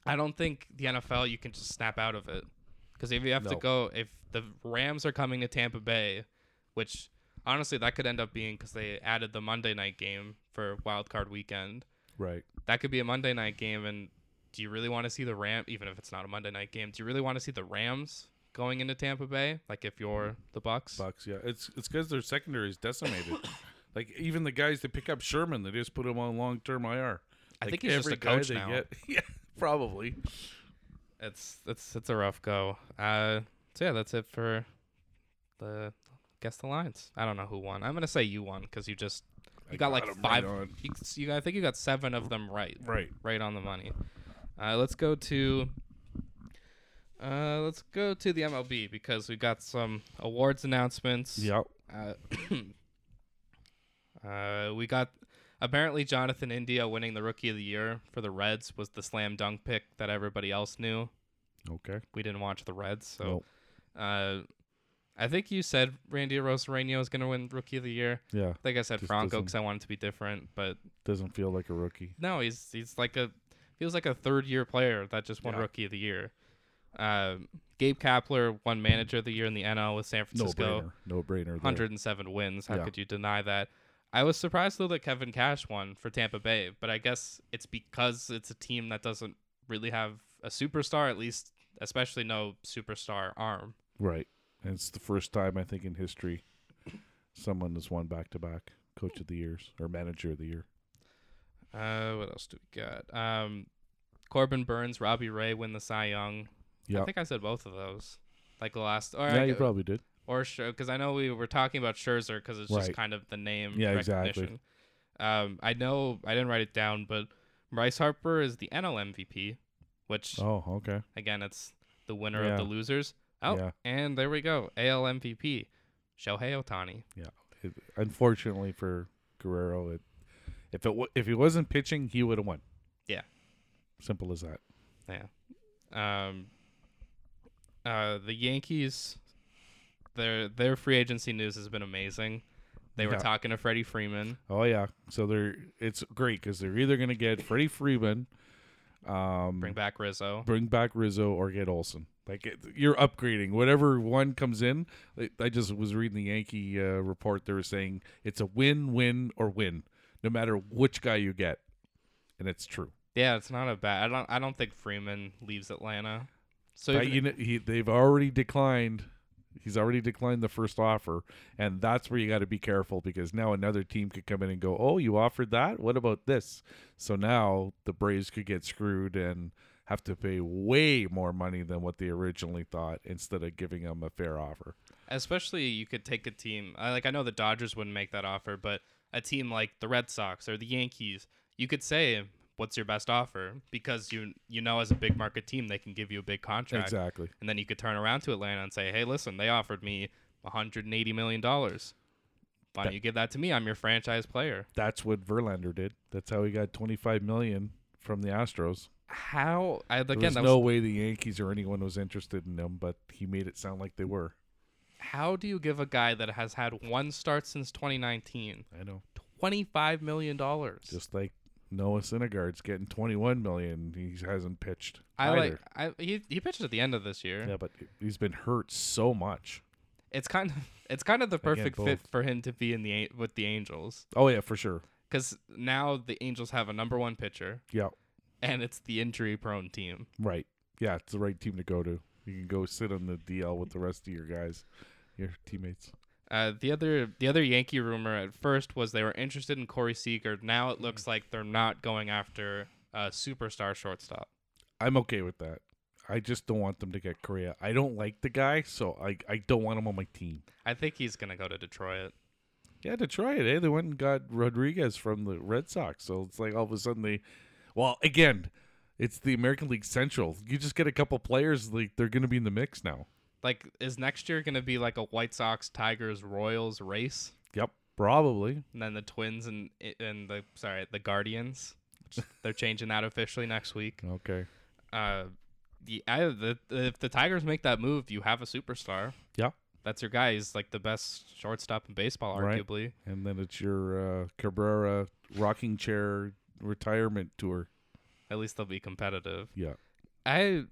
A: I don't think the NFL you can just snap out of it because if you have to
B: No.
A: go if the Rams are coming to Tampa Bay, which honestly that could end up being because they added the Monday night game for Wild Card Weekend.
B: Right.
A: That could be a Monday night game, and do you really want to see the Ram? Even if it's not a Monday night game, do you really want to see the Rams going into Tampa Bay? Like if you're the Bucks,
B: Bucks, yeah. It's it's because their secondary is decimated. like even the guys that pick up Sherman, they just put him on long term IR.
A: I
B: Like,
A: think he's just a
B: guy
A: coach
B: they
A: now.
B: yeah, probably.
A: it's it's it's a rough go. Uh, so yeah, that's it for the guess the lines. I don't know who won. I'm gonna say you won because you just you
B: I
A: got, like
B: 'em
A: five.
B: Right, on.
A: you, you I think you got seven of them right,
B: right.
A: right on the money. Uh, let's go to. Uh, let's go to the MLB because we got some awards announcements.
B: Yep.
A: Uh, uh, we got apparently Jonathan India winning the Rookie of the Year for the Reds was the slam dunk pick that everybody else knew
B: Okay.
A: we didn't watch the Reds, so uh, I think you said Randy Rosareno is going to win Rookie of the Year.
B: Yeah.
A: I think I said
B: Just
A: Franco
B: doesn't-
A: because I wanted to be different, but
B: Doesn't feel like a rookie.
A: no, he's he's like a feels like a third year player that just won
B: Yeah.
A: Rookie of the Year. Uh, Gabe Kapler won Manager of the Year in the NL with San
B: No
A: Francisco,
B: brainer. No brainer. there.
A: 107 wins. How
B: Yeah.
A: could you deny that? I was surprised though that Kevin Cash won for Tampa Bay, but I guess it's because it's a team that doesn't really have a superstar, at least especially no superstar arm.
B: Right. And it's the first time I think in history someone has won back to back coach of the years or manager of the year.
A: Uh, what else do we got? Um, Corbin Burns, Robbie Ray win the Cy Young. I
B: Yeah.
A: think I said both of those. Like the last, or
B: yeah,
A: I,
B: you
A: g-
B: probably did.
A: or because I know we were talking about Scherzer because it's just
B: Right.
A: kind of the name
B: Yeah, exactly.
A: recognition. Um, I know I didn't write it down, but Bryce Harper is the NL MVP, which
B: Oh, okay.
A: again, it's the winner
B: Yeah.
A: of the losers. Oh,
B: Yeah.
A: and there we go, AL MVP, Shohei Otani.
B: It, unfortunately for Guerrero, it if it wa if he wasn't pitching, he would have won.
A: Yeah.
B: Simple as that.
A: Um, uh, the Yankees, their their free agency news has been amazing. They were
B: Yeah.
A: talking to Freddie Freeman.
B: Oh yeah. So they're it's great because they're either gonna get Freddie Freeman, um,
A: Bring back Rizzo.
B: bring back Rizzo or get Olson. Like it, you're upgrading whatever one comes in. I- I just was reading the Yankee uh, report. They were saying it's a win, win or win, no matter which guy you get, and it's true.
A: Yeah, it's not a bad. I don't. I don't think Freeman leaves Atlanta. So
B: But
A: even-
B: you know, he, they've already declined. He's already declined the first offer, and that's where you got to be careful because now another team could come in and go, "Oh, you offered that? What about this?" So now the Braves could get screwed and have to pay way more money than what they originally thought instead of giving them a fair offer.
A: especially you could take a team. I like. I know the Dodgers wouldn't make that offer, but a team like the Red Sox or the Yankees, you could say, "What's your best offer?" Because you you know, as a big market team, they can give you a big contract.
B: Exactly.
A: And then you could turn around to Atlanta and say, hey, listen, they offered me $180 million. Why don't
B: That-
A: you give that to me? I'm your franchise player.
B: That's what Verlander did. That's how he got 25 million from the Astros.
A: How? I,
B: There
A: again,
B: was
A: that
B: no
A: was,
B: way the Yankees or anyone was interested in him, but he made it sound like they were.
A: how do you give a guy that has had one start since 2019
B: I know.
A: $25 million?
B: just like Noah Syndergaard's getting 21 million. He hasn't pitched.
A: I
B: either.
A: like I, he, he pitched at the end of this year.
B: Yeah, but he's been hurt so much.
A: It's kind of it's kind of the perfect fit
B: both.
A: for him to be in the An- with the Angels
B: Oh yeah, for sure.
A: because now the Angels have a number one pitcher
B: Yeah,
A: and it's the injury prone team.
B: right. Yeah, it's the right team to go to. You can go sit on the DL with the rest of your guys, your teammates.
A: Uh, the other the other Yankee rumor at first was they were interested in Corey Seager. Now it looks like they're not going after a superstar shortstop.
B: I'm okay with that. I just don't want them to get Korea. I don't like the guy, so I I don't want him on my team.
A: I think he's gonna go to Detroit.
B: Yeah, Detroit, eh? They went and got Rodriguez from the Red Sox. So it's like all of a sudden they well, again, it's the American League Central. You just get a couple players, like they're gonna be in the mix now.
A: Like, is next year gonna be like a White Sox, Tigers, Royals race,
B: Yep. Probably.
A: and then the Twins and and the sorry the Guardians? They're changing that officially next week.
B: Okay.
A: Uh, the, I, the if the Tigers make that move, you have a superstar.
B: Yeah.
A: that's your guy. He's like the best shortstop in baseball,
B: Right.
A: arguably.
B: and then it's your uh, Cabrera rocking chair retirement tour.
A: At least they'll be competitive.
B: Yeah,
A: I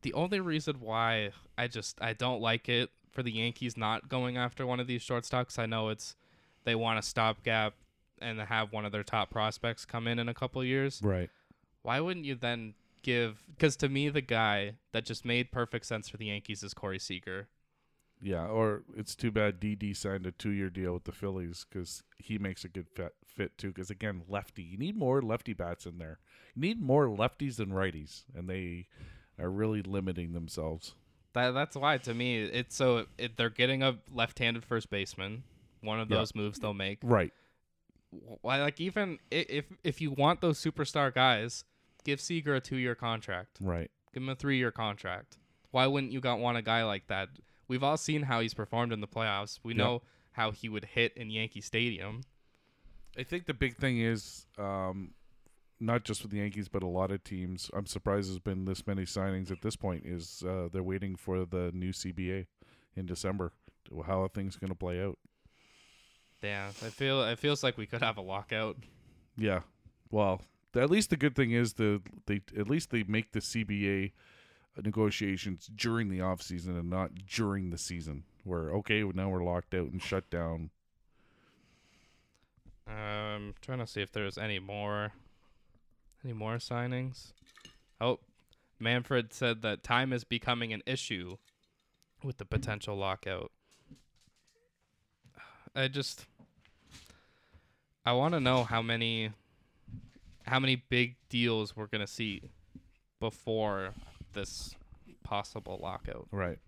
A: the only reason why I just I don't like it for the Yankees not going after one of these shortstops. I know it's they want a stopgap and have one of their top prospects come in in a couple years.
B: right.
A: Why wouldn't you then give? Because to me, the guy that just made perfect sense for the Yankees is Corey Seager.
B: Yeah, or it's too bad DD signed a two-year deal with the Phillies because he makes a good fit, fit too. Because again, lefty, you need more lefty bats in there. You need more lefties than righties, and they are really limiting themselves.
A: That that's why to me it's so it, they're getting a left-handed first baseman. One of
B: Yeah.
A: those moves they'll make.
B: Right.
A: Why, like even i- if if you want those superstar guys, give Seager a two-year contract.
B: Right.
A: Give him a three-year contract. Why wouldn't you got want a guy like that? We've all seen how he's performed in the playoffs. We
B: Yeah.
A: know how he would hit in Yankee Stadium.
B: I think the big thing is um, not just with the Yankees, but a lot of teams. I'm surprised there's been this many signings at this point. Is uh, they're waiting for the new CBA in December? How are things going to play out?
A: Yeah, I feel it feels like we could have a lockout.
B: Yeah. Well, the, at least the good thing is the they at least they make the CBA uh, negotiations during the off season and not during the season. Where okay, well, now we're locked out and shut down.
A: Um, trying to see if there's any more, any more signings. Oh, Manfred said that time is becoming an issue with the potential lockout. I just, I want to know how many, how many big deals we're gonna see before this possible lockout.
B: Right.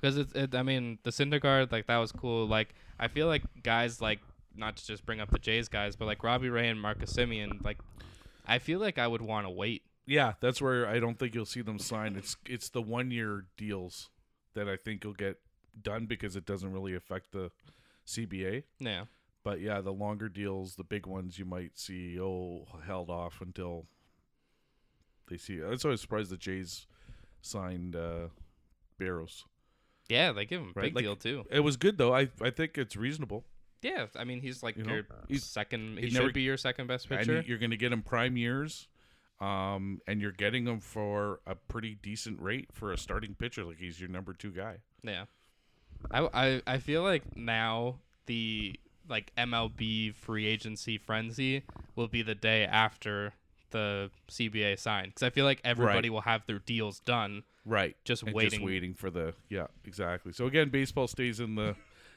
A: Because it's, it, I mean, the Syndergaard, like that was cool. Like I feel like guys like not to just bring up the Jays guys, but like Robbie Ray and Marcus Simeon, like I feel like I would want to wait.
B: Yeah, that's where I don't think you'll see them sign. It's it's the one year deals that I think will get done because it doesn't really affect the CBA.
A: Yeah,
B: But yeah, the longer deals, the big ones, you might see oh held off until they see. That's why I was surprised the Jays signed uh, Barrows.
A: yeah, they give him a
B: Right,
A: big
B: like-
A: deal too.
B: It was good though. I I think it's reasonable.
A: Yeah, I mean he's like
B: You know,
A: your
B: he's-
A: second. He
B: he's
A: should
B: never-
A: be your second best
B: And
A: pitcher.
B: you- you're going to get him prime years, um, and you're getting him for a pretty decent rate for a starting pitcher. Like he's your number two guy.
A: yeah, I, I I feel like now the like MLB free agency frenzy will be the day after the CBA sign because I feel like everybody will have their deals done.
B: Right.
A: Just
B: And
A: waiting
B: just waiting for the yeah exactly. So again, baseball stays in the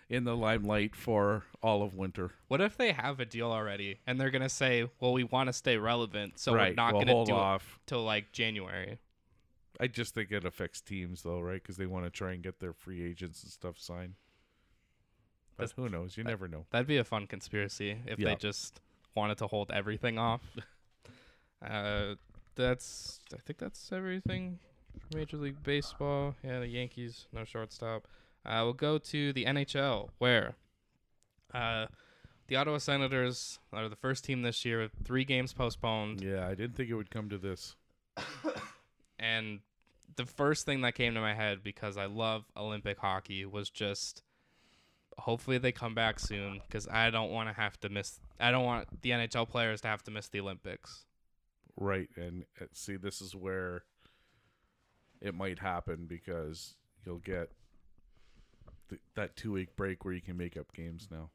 B: in the limelight for all of winter.
A: What if they have a deal already and they're gonna say, "Well, we want to stay relevant, so
B: right.
A: we're not
B: We'll
A: gonna
B: hold
A: do it
B: off.
A: till like January."
B: I just think it affects teams though, right? Because they want to try and get their free agents and stuff signed. But
A: That's-
B: who knows? You never know.
A: That'd be a fun conspiracy if
B: Yeah.
A: they just wanted to hold everything off. uh, that's I think that's everything. for Major League Baseball, yeah, the Yankees, no shortstop. Uh, we'll go to the NHL where uh, the Ottawa Senators are the first team this year with three games postponed.
B: Yeah, I didn't think it would come to this.
A: and the first thing that came to my head because I love Olympic hockey was just hopefully they come back soon because I don't want to have to miss I don't want the NHL players to have to miss the Olympics.
B: Right, and uh, see, this is where it might happen because you'll get th- that two week break where you can make up games now.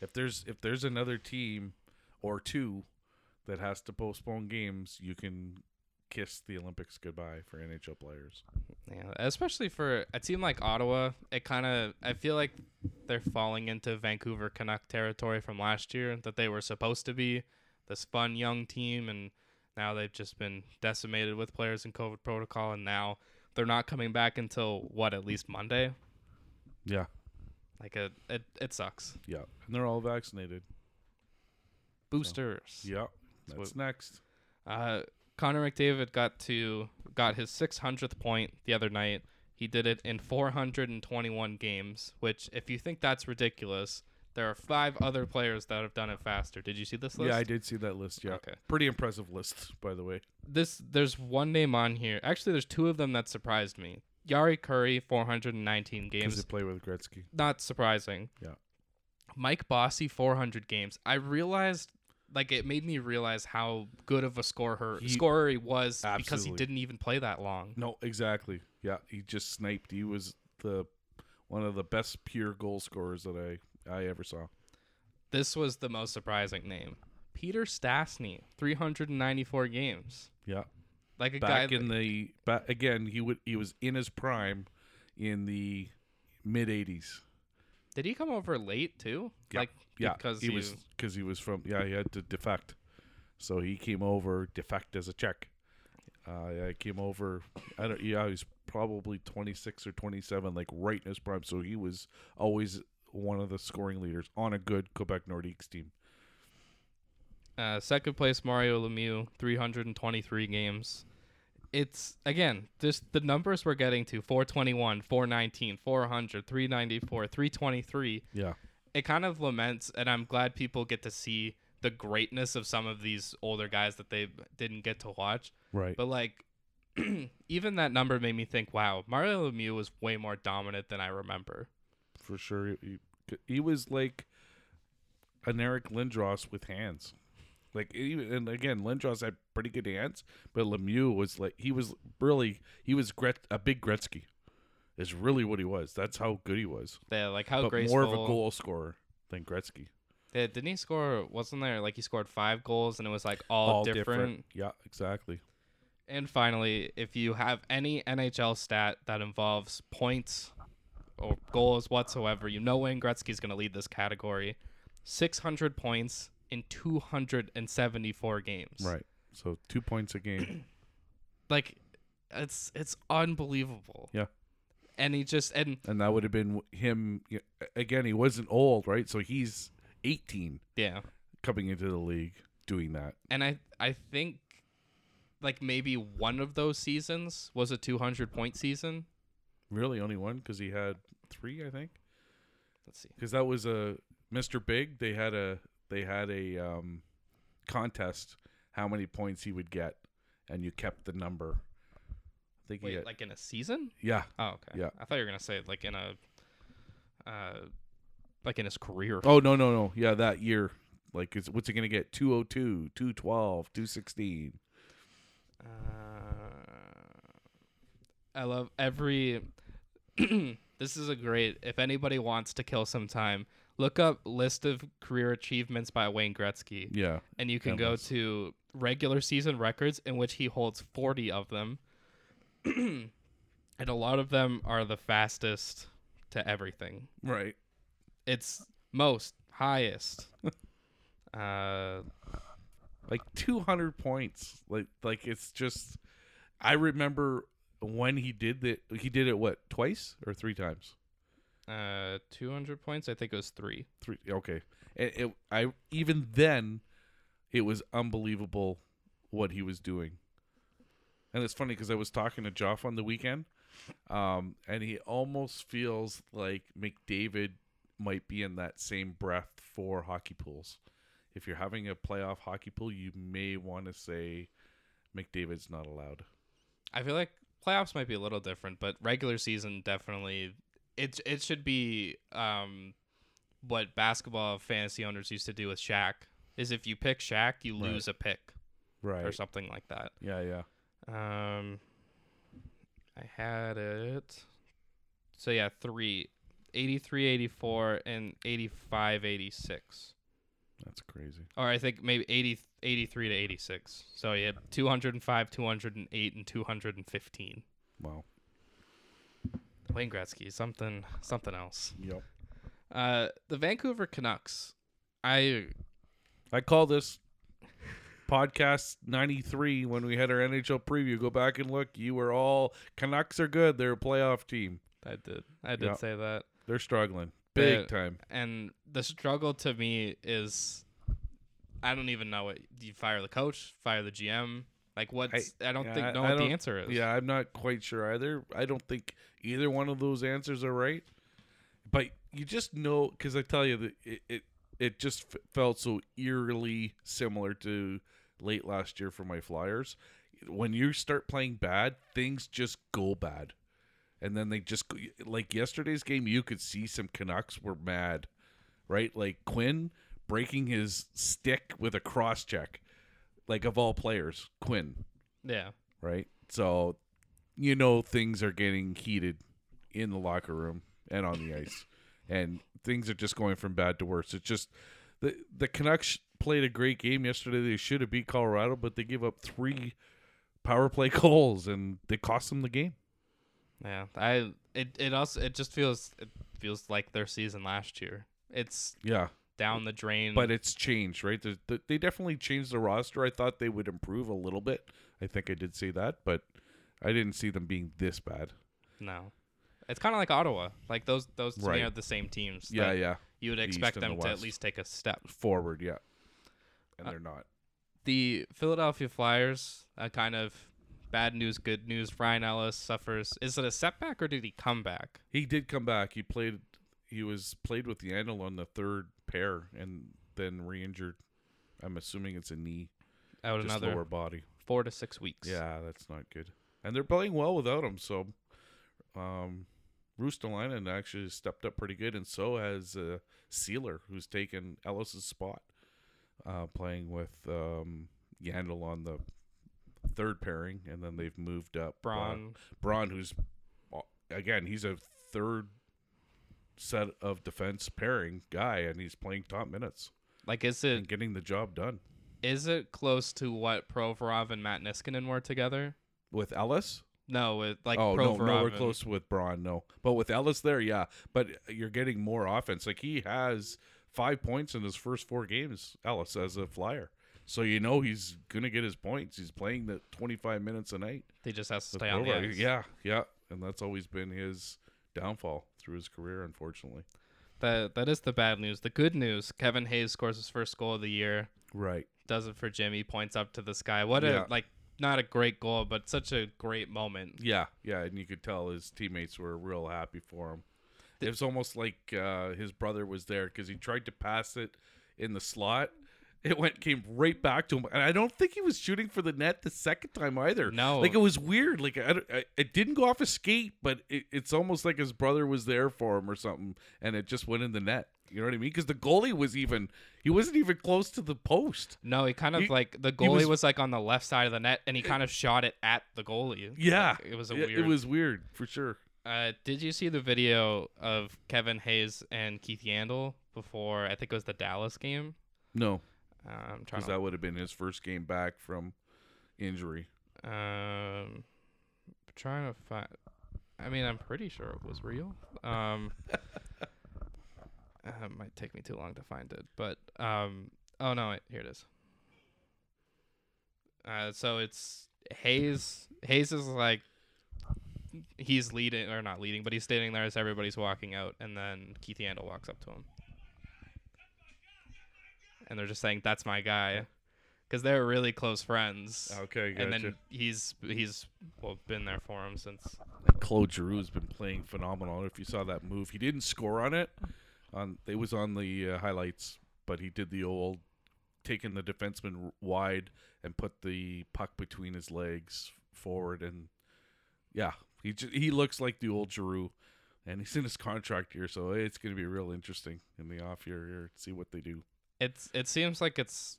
B: If there's if there's another team or two that has to postpone games, you can kiss the Olympics goodbye for NHL players.
A: Yeah, especially for a team like Ottawa, it kind of I feel like they're falling into Vancouver Canuck territory from last year that they were supposed to be this fun young team and now they've just been decimated with players in COVID protocol and now they're not coming back until what at least Monday.
B: Yeah,
A: Like it, it, it sucks.
B: yeah, and they're all vaccinated.
A: Boosters.
B: Yeah,
A: That's
B: that's
A: what-
B: next.
A: Uh, Connor McDavid got to got his 600th point the other night. He did it in 421 games, which if you think that's ridiculous, There are five other players that have done it faster. Did you see this list?
B: Yeah, I did see that list. Yeah,
A: Okay.
B: pretty impressive list, by the way.
A: This there's one name on here. Actually, there's two of them that surprised me. Yari Curry, 419
B: Because
A: games.
B: they play with Gretzky.
A: Not surprising.
B: Yeah.
A: Mike Bossy, 400 games. I realized, like, it made me realize how good of a scorer
B: He-
A: scorer he was because he
B: Absolutely.
A: didn't even play that long.
B: No, exactly. Yeah, he just sniped. He was the one of the best pure goal scorers that I I ever saw.
A: This was the most surprising name. Peter Stastny, 394 games.
B: Yeah,
A: Like a
B: back
A: guy
B: in the back again. He would he was in his prime in the mid '80s.
A: Did he come over late too?
B: Yeah.
A: Like
B: Yeah,
A: because
B: he
A: you,
B: was because he was from yeah he had to defect, so he came over defect as a Czech. Uh, yeah, he came over. I don't. Yeah, he was probably 26 or 27, like right in his prime. So he was always one of the scoring leaders on a good Quebec Nordiques team.
A: uh, second place Mario Lemieux, 323 games. It's again, just the numbers we're getting to 421, 419, 400, 394, 323.
B: Yeah.
A: It kind of laments, and I'm glad people get to see the greatness of some of these older guys that they didn't get to watch.
B: Right.
A: But like, even that number made me think, wow, Mario Lemieux was way more dominant than I remember.
B: for sure. He, he- he was like an Eric Lindros with hands. Like even and again, Lindros had pretty good hands, but Lemieux was like he was really he was Gret, a big Gretzky. Is really what he was. That's how good he was.
A: Yeah, like how
B: but
A: graceful.
B: more of a goal scorer than Gretzky.
A: Yeah, didn't he score? Wasn't there like he scored five goals and it was like all, different.
B: Yeah, exactly.
A: And finally, if you have any NHL stat that involves points or goals whatsoever, you know Wayne Gretzky's going to lead this category. 600 points in 274 games.
B: Right. So two points a game.
A: Like it's it's unbelievable.
B: Yeah.
A: And he just and
B: and that would have been him again, he wasn't old, right? So he's eighteen
A: yeah.
B: coming into the league doing that.
A: And I I think like maybe one of those seasons was a 200 point season.
B: Really, only one because he had three, I think.
A: Let's see.
B: Because that was a Mr. Big. They had a they had a um, contest how many points he would get, and you kept the number. I think
A: Wait,
B: he had,
A: like in a season?
B: yeah,
A: Oh, okay.
B: Yeah.
A: I thought you were gonna say like in a, uh, like in his career.
B: Oh no no no yeah that year like it's, what's he gonna get 202 212 216
A: Uh, I love every. this is a great. If anybody wants to kill some time, look up list of career achievements by Wayne Gretzky,
B: yeah
A: and you can go
B: endless.
A: to regular season records in which he holds forty of them, and a lot of them are the fastest to everything.
B: right
A: It's most highest. uh.
B: like 200 points like like it's just I remember when he did that he did it what twice or three times
A: Uh, 200 points. I think it was three.
B: three okay and it i even then it was unbelievable what he was doing and it's funny because i was talking to joff on the weekend um and he almost feels like mcdavid might be in that same breath for hockey pools if you're having a playoff hockey pool you may want to say mcdavid's not allowed
A: I feel like playoffs might be a little different, but regular season definitely. It it should be um, what basketball fantasy owners used to do with Shaq is if you pick Shaq, you
B: Right.
A: lose a pick
B: right
A: or something like that.
B: yeah yeah
A: Um, I had it. So yeah, three. 83 84 and 85 86
B: that's crazy
A: or I think maybe 80, 83 to 86. So he had 205, 208, and 215.
B: wow
A: Wayne Gretzky, something, something else.
B: yep
A: Uh, the Vancouver Canucks. I
B: I call this podcast 93 when we had our NHL preview. Go back and look. You were all Canucks are good. They're a playoff team.
A: I did I did
B: Yeah.
A: say that.
B: They're struggling big
A: Yeah.
B: time.
A: And the struggle to me is, I don't even know what you fire the coach, fire the GM. Like what's I, don't
B: yeah,
A: think
B: I-
A: know
B: I
A: what the
B: don't-
A: answer is.
B: Yeah, I'm not quite sure either. I don't think either one of those answers are right. But you just know because I tell you that it, it it just f- felt so eerily similar to late last year for my Flyers. When you start playing bad, things just go bad, and then they just go, like yesterday's game. You could see some Canucks were mad, right? Like Quinn breaking his stick with a cross check, like of all players, Quinn,
A: Yeah.
B: right? So you know things are getting heated in the locker room and on the ice, and things are just going from bad to worse. It's just the the Canucks played a great game yesterday. They should have beat Colorado, but they gave up three power play goals, and they cost them the game.
A: Yeah. I it, it also it just feels it feels like their season last year. It's
B: Yeah,
A: down the drain.
B: but it's changed, right? The, the, they definitely changed the roster. I thought they would improve a little bit. I think I did say that, but I didn't see them being this bad.
A: no. It's kind of like Ottawa. Like those those to me
B: Right.
A: are the same teams.
B: Yeah,
A: that
B: yeah.
A: You would
B: the East
A: expect
B: and the
A: them to at
B: West.
A: least take a step.
B: Forward, yeah. And
A: Uh,
B: they're not.
A: the Philadelphia Flyers, a kind of bad news, good news. Ryan Ellis suffers. Is it a setback or did he come back?
B: He did come back. He played. He was played with the Yandel on the third pair, and then re-injured. I'm assuming it's a knee,
A: Out
B: just
A: another
B: lower body.
A: four to six weeks.
B: Yeah, that's not good. And they're playing well without him. So, um, Rustalainen actually stepped up pretty good, and so has uh, Sealer, who's taken Ellis's spot, uh, playing with um, Yandel on the third pairing, and then they've moved up uh,
A: Braun.
B: Braun, who's again, he's a third set of defense pairing guy, and he's playing top minutes
A: Like, is
B: and
A: it
B: getting the job done
A: is it close to what Provorov and Matt Niskanen were together?
B: with Ellis.
A: No, it, like
B: oh no,
A: Provorov.
B: no, we're
A: and-
B: close with Braun. No, but with Ellis there, yeah. But you're getting more offense. Like he has five points in his first four games. Ellis as a flyer. So you know he's gonna get his points. He's playing the twenty five minutes a night.
A: They just has to
B: with
A: stay on the
B: Provorov.
A: ice.
B: Yeah, yeah, and that's always been his downfall through his career, unfortunately.
A: That that is the bad news. The good news: Kevin Hayes scores his first goal of the year.
B: Right.
A: Does it for Jimmy. Points up to the sky. What
B: Yeah.
A: a like not a great goal, but such a great moment.
B: Yeah, yeah, and you could tell his teammates were real happy for him. It was almost like uh, his brother was there because he tried to pass it in the slot. It went came right back to him, and I don't think he was shooting for the net the second time either.
A: No.
B: like it was weird. Like I, don't- I- it didn't go off his skate, but it, it's almost like his brother was there for him or something, and it just went in the net. You know what I mean? Because the goalie was even he wasn't even close to the post.
A: No, he kind of
B: He-
A: like the
B: he
A: goalie
B: was-
A: was, like on the left side of the net, and he kind of shot it at the goalie.
B: Yeah,
A: Like, it was a
B: It-
A: weird.
B: It was weird for sure.
A: Uh, did you see the video of Kevin Hayes and Keith Yandel before? I think it was the Dallas game.
B: No,
A: Uh, I'm trying.
B: because
A: To,
B: that would have been his first game back from injury.
A: um, trying to find. I mean, I'm pretty sure it was real. Um, uh, it might take me too long to find it, but um, oh no, wait, here it is. Uh, so it's Hayes. Hayes is like he's leading or not leading, but he's standing there as everybody's walking out, and then Keith Yandel walks up to him, and they're just saying, "That's my guy," because they're really close friends.
B: Okay,
A: And then he's he's well been there for him since
B: Claude Giroux has been playing phenomenal. If you saw that move, he didn't score on it. On it was on the uh, highlights, but he did the old taking the defenseman r- wide and put the puck between his legs forward, and yeah, he ju- he looks like the old Giroux, and he's in his contract year, so it's going to be real interesting in the off year here to see what they do.
A: it's it seems like it's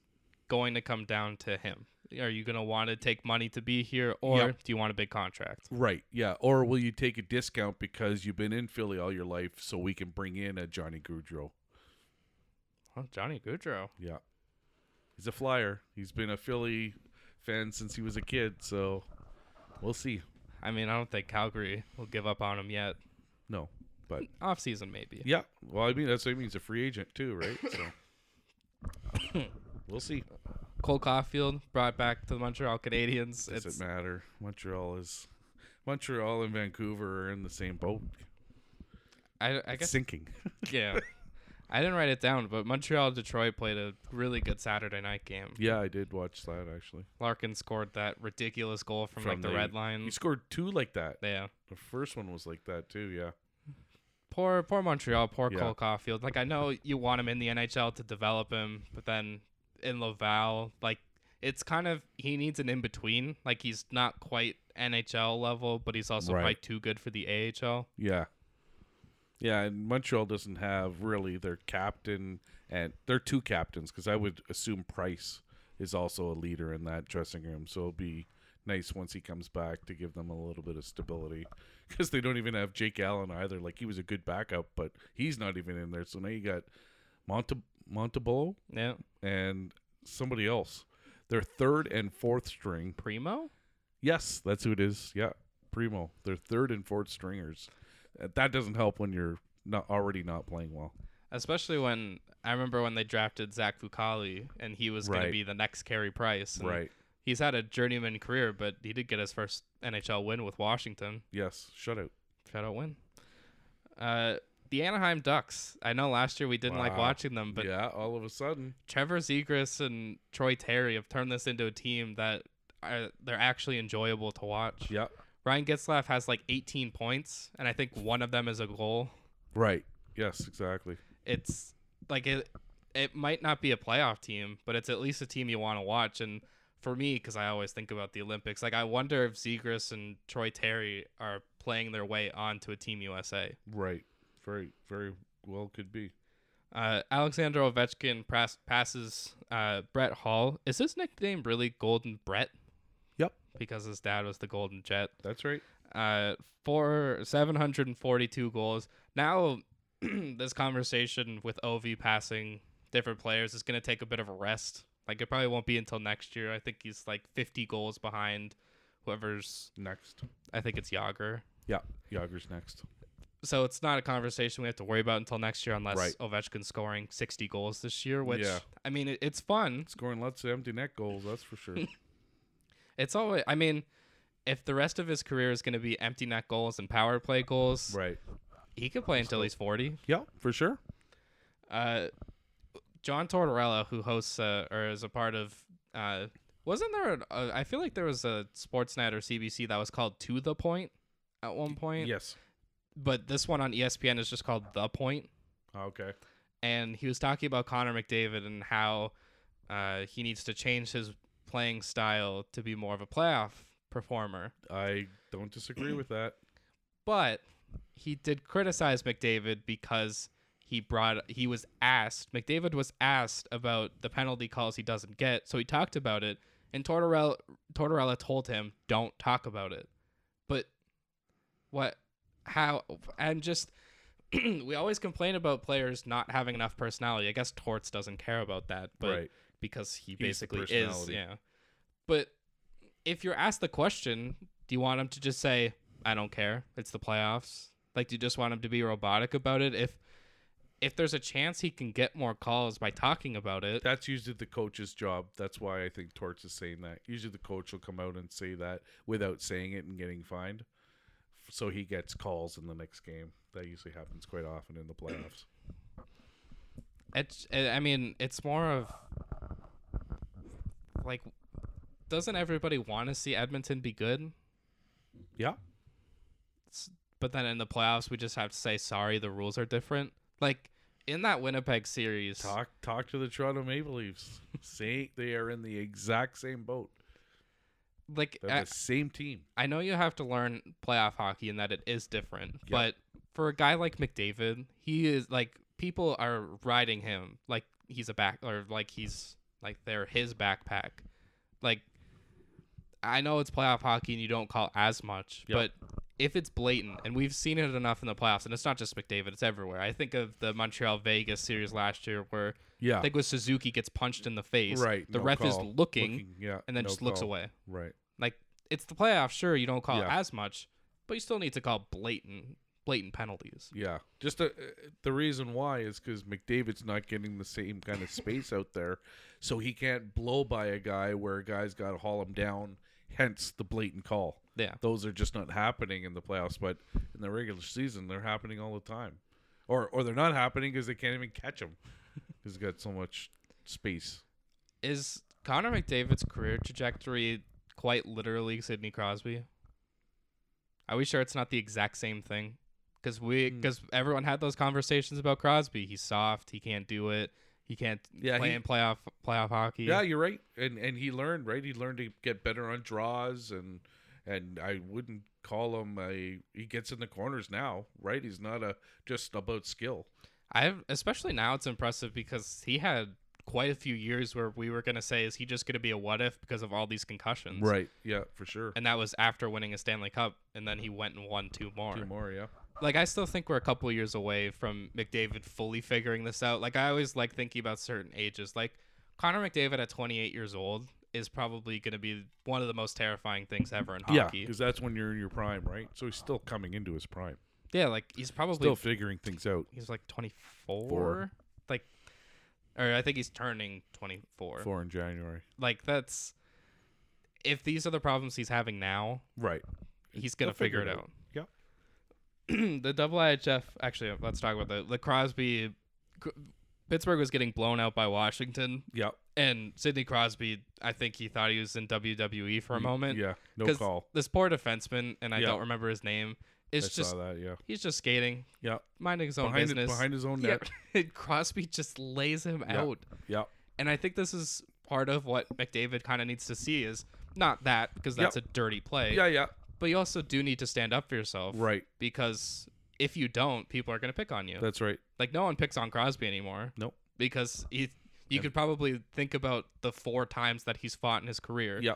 A: going to come down to him. Are you gonna want to take money to be here, or do you want a big contract?
B: Right. Yeah. Or will you take a discount because you've been in Philly all your life, so we can bring in a Johnny Goudreau?
A: Oh, Johnny Goudreau.
B: Yeah. He's a flyer. He's been a Philly fan since he was a kid, so we'll see.
A: I mean, I don't think Calgary will give up on him yet.
B: No. But
A: Off season, maybe.
B: yeah. Well, I mean, that's what I mean. He's a free agent too, right? So we'll see.
A: Cole Caulfield brought back to the Montreal Canadiens.
B: Does
A: It's
B: it matter? Montreal is Montreal and Vancouver are in the same boat.
A: I, I
B: It's
A: guess
B: sinking.
A: yeah. I didn't write it down, but Montreal Detroit played a really good Saturday night game.
B: yeah, I did watch that actually.
A: Larkin scored that ridiculous goal from, like the, red line.
B: He scored two like that.
A: Yeah.
B: The first one was like that too, yeah.
A: poor poor Montreal, poor
B: Yeah.
A: Cole Caulfield. Like I know you want him in the NHL to develop him, but then in Laval, like it's kind of he needs an in between. Like he's not quite NHL level, but he's also
B: Right.
A: probably too good for the AHL.
B: Yeah. Yeah, and Montreal doesn't have really their captain and their two captains because I would assume Price is also a leader in that dressing room. So it'll be nice once he comes back to give them a little bit of stability because they don't even have Jake Allen either. Like he was a good backup, but he's not even in there. So now you got Monte Montebello
A: Yeah,
B: and somebody else. Their third and fourth string.
A: Primo.
B: Yes, that's who it is. Yeah, Primo. They're third and fourth stringers. Uh, That doesn't help when you're not already not playing well.
A: Especially when I remember when they drafted Zach Fucali and he was going
B: Right.
A: to be the next Carey Price. and He's had a journeyman career, but he did get his first NHL win with Washington.
B: Yes. Shutout.
A: Shout out win. Uh, the Anaheim Ducks. I know last year we didn't like
B: Wow.
A: watching them, but
B: yeah, all of a sudden.
A: Trevor Zegras and Troy Terry have turned this into a team that are they're actually enjoyable to watch.
B: Yeah.
A: Ryan Getzlaff has like 18 points, and I think one of them is a goal.
B: Right. Yes, exactly.
A: It's like it. It might not be a playoff team, but it's at least a team you want to watch. And for me, because I always think about the Olympics, like I wonder if Zegras and Troy Terry are playing their way onto a Team USA.
B: Right. Very, very well could be.
A: Uh, Alexander Ovechkin pass- passes uh, Brett Hall. Is his nickname really Golden Brett?
B: Yep.
A: Because his dad was the Golden Jet.
B: That's right.
A: Uh, four seven hundred and forty-two goals. Now, this conversation with Ovi passing different players is going to take a bit of a rest. Like it probably won't be until next year. I think he's like fifty goals behind whoever's.
B: Next.
A: I think it's Yager.
B: Yeah. Yager's next.
A: So it's not a conversation we have to worry about until next year, unless
B: Right.
A: Ovechkin's scoring sixty goals this year. Which
B: Yeah.
A: I mean, it, it's fun.
B: Scoring lots of empty net goals, that's for sure.
A: It's always. I mean, if the rest of his career is going to be empty net goals and power play goals,
B: right.
A: he could play until he's forty.
B: Yeah, for sure.
A: Uh, John Tortorella, who hosts uh, or is a part of, uh, wasn't there? An, uh, I feel like there was a Sportsnet or CBC that was called To the Point at one point.
B: Yes.
A: But this one on E ESPN is just called The Point.
B: Okay.
A: and he was talking about Connor McDavid and how uh, he needs to change his playing style to be more of a playoff performer.
B: I don't disagree with that.
A: But he did criticize McDavid because he brought he was asked McDavid was asked about the penalty calls he doesn't get, so he talked about it, and Tortorella Tortorella told him don't talk about it. But what? How? And just we always complain about players not having enough personality. I guess Torts doesn't care about that, but
B: right.
A: because he
B: He's the
A: basically is.
B: personality.
A: Yeah. But if you're asked the question, do you want him to just say, I don't care. It's the playoffs? Like do you just want him to be robotic about it? If if there's a chance he can get more calls by talking about it,
B: That's usually the coach's job. That's why I think Torts is saying that. Usually the coach will come out and say that without saying it and getting fined. So he gets calls in the next game. That usually happens quite often in the playoffs.
A: it's eh, I I mean, it's more of like doesn't everybody want to see Edmonton be good?
B: yeah.
A: but then in the playoffs we just have to say sorry, the rules are different. Like in that Winnipeg series,
B: Talk talk to the Toronto Maple Leafs. Say they are in the exact same boat.
A: like
B: They're
A: I-
B: the same team.
A: I know you have to learn playoff hockey and that it is different,
B: Yeah.
A: but for a guy like McDavid, he is like people are riding him like he's a back or like he's like they're his backpack. Like I know it's playoff hockey and you don't call as much,
B: Yeah.
A: but if it's blatant and we've seen it enough in the playoffs and it's not just McDavid, it's everywhere. I think of the Montreal Vegas series last year where
B: Yeah.
A: I think with Suzuki gets punched in the face.
B: right.
A: The
B: no
A: ref is
B: call.
A: looking,
B: yeah.
A: and then
B: no
A: just looks
B: call.
A: away
B: Right.
A: like it's the playoffs sure you don't call
B: Yeah.
A: as much but you still need to call blatant blatant penalties
B: Yeah, just uh, the reason why is because McDavid's not getting the same kind of space out there, so he can't blow by a guy where a guy's got to haul him down. Hence the blatant call.
A: yeah
B: Those are just not happening in the playoffs, but in the regular season they're happening all the time, or or they're not happening because they can't even catch him because he's got so much space.
A: is connor mcdavid's career trajectory quite literally sidney crosby are we sure it's not the exact same thing because we
B: Hmm.
A: because everyone had those conversations about Crosby. He's soft. He can't do it. He can't
B: Yeah,
A: play
B: he-
A: in playoff playoff hockey.
B: Yeah, you're right. And and he learned, right? He learned to get better on draws and and I wouldn't call him a he gets in the corners now, right? He's not a just about skill.
A: I especially now it's impressive because he had quite a few years where we were gonna say is he just gonna be a what if because of all these concussions.
B: Right. Yeah, for sure.
A: And that was after winning a Stanley Cup, and then he went and won two more.
B: Two more, yeah.
A: Like I still think we're a couple years away from McDavid fully figuring this out. Like I always like thinking about certain ages. Like Connor McDavid at 28 years old is probably going to be one of the most terrifying things ever in
B: Yeah,
A: hockey.
B: because that's when you're in your prime, right? So he's still coming into his prime,
A: Yeah, like he's probably
B: still figuring things out.
A: he's like 24.
B: Four.
A: Like or I think he's turning 24.
B: Four in January,
A: Like that's if these are the problems he's having now,
B: right?
A: he's going
B: They'll
A: to figure it out.
B: Yeah,
A: the double IHF. Actually, let's talk about the the Crosby. Cr- Pittsburgh was getting blown out by Washington,
B: yeah,
A: and Sidney Crosby. I think he thought he was in WWE for a moment.
B: yeah. No
A: 'Cause
B: call.
A: This poor defenseman, and I
B: Yeah.
A: don't remember his name.
B: I
A: It's just
B: saw that. Yeah,
A: he's just skating,
B: yeah.
A: minding his own
B: Behind it,
A: business.
B: behind his own
A: Yeah.
B: net.
A: And Crosby just lays him
B: Yeah.
A: out,
B: Yeah,
A: and I think this is part of what McDavid kind of needs to see is not that because that's a dirty play,
B: yeah, yeah.
A: but you also do need to stand up for yourself,
B: Right.
A: Because if you don't, people are going to pick on you.
B: That's right.
A: Like no one picks on Crosby anymore.
B: Nope.
A: Because he you could probably think about the four times that he's fought in his career.
B: Yeah,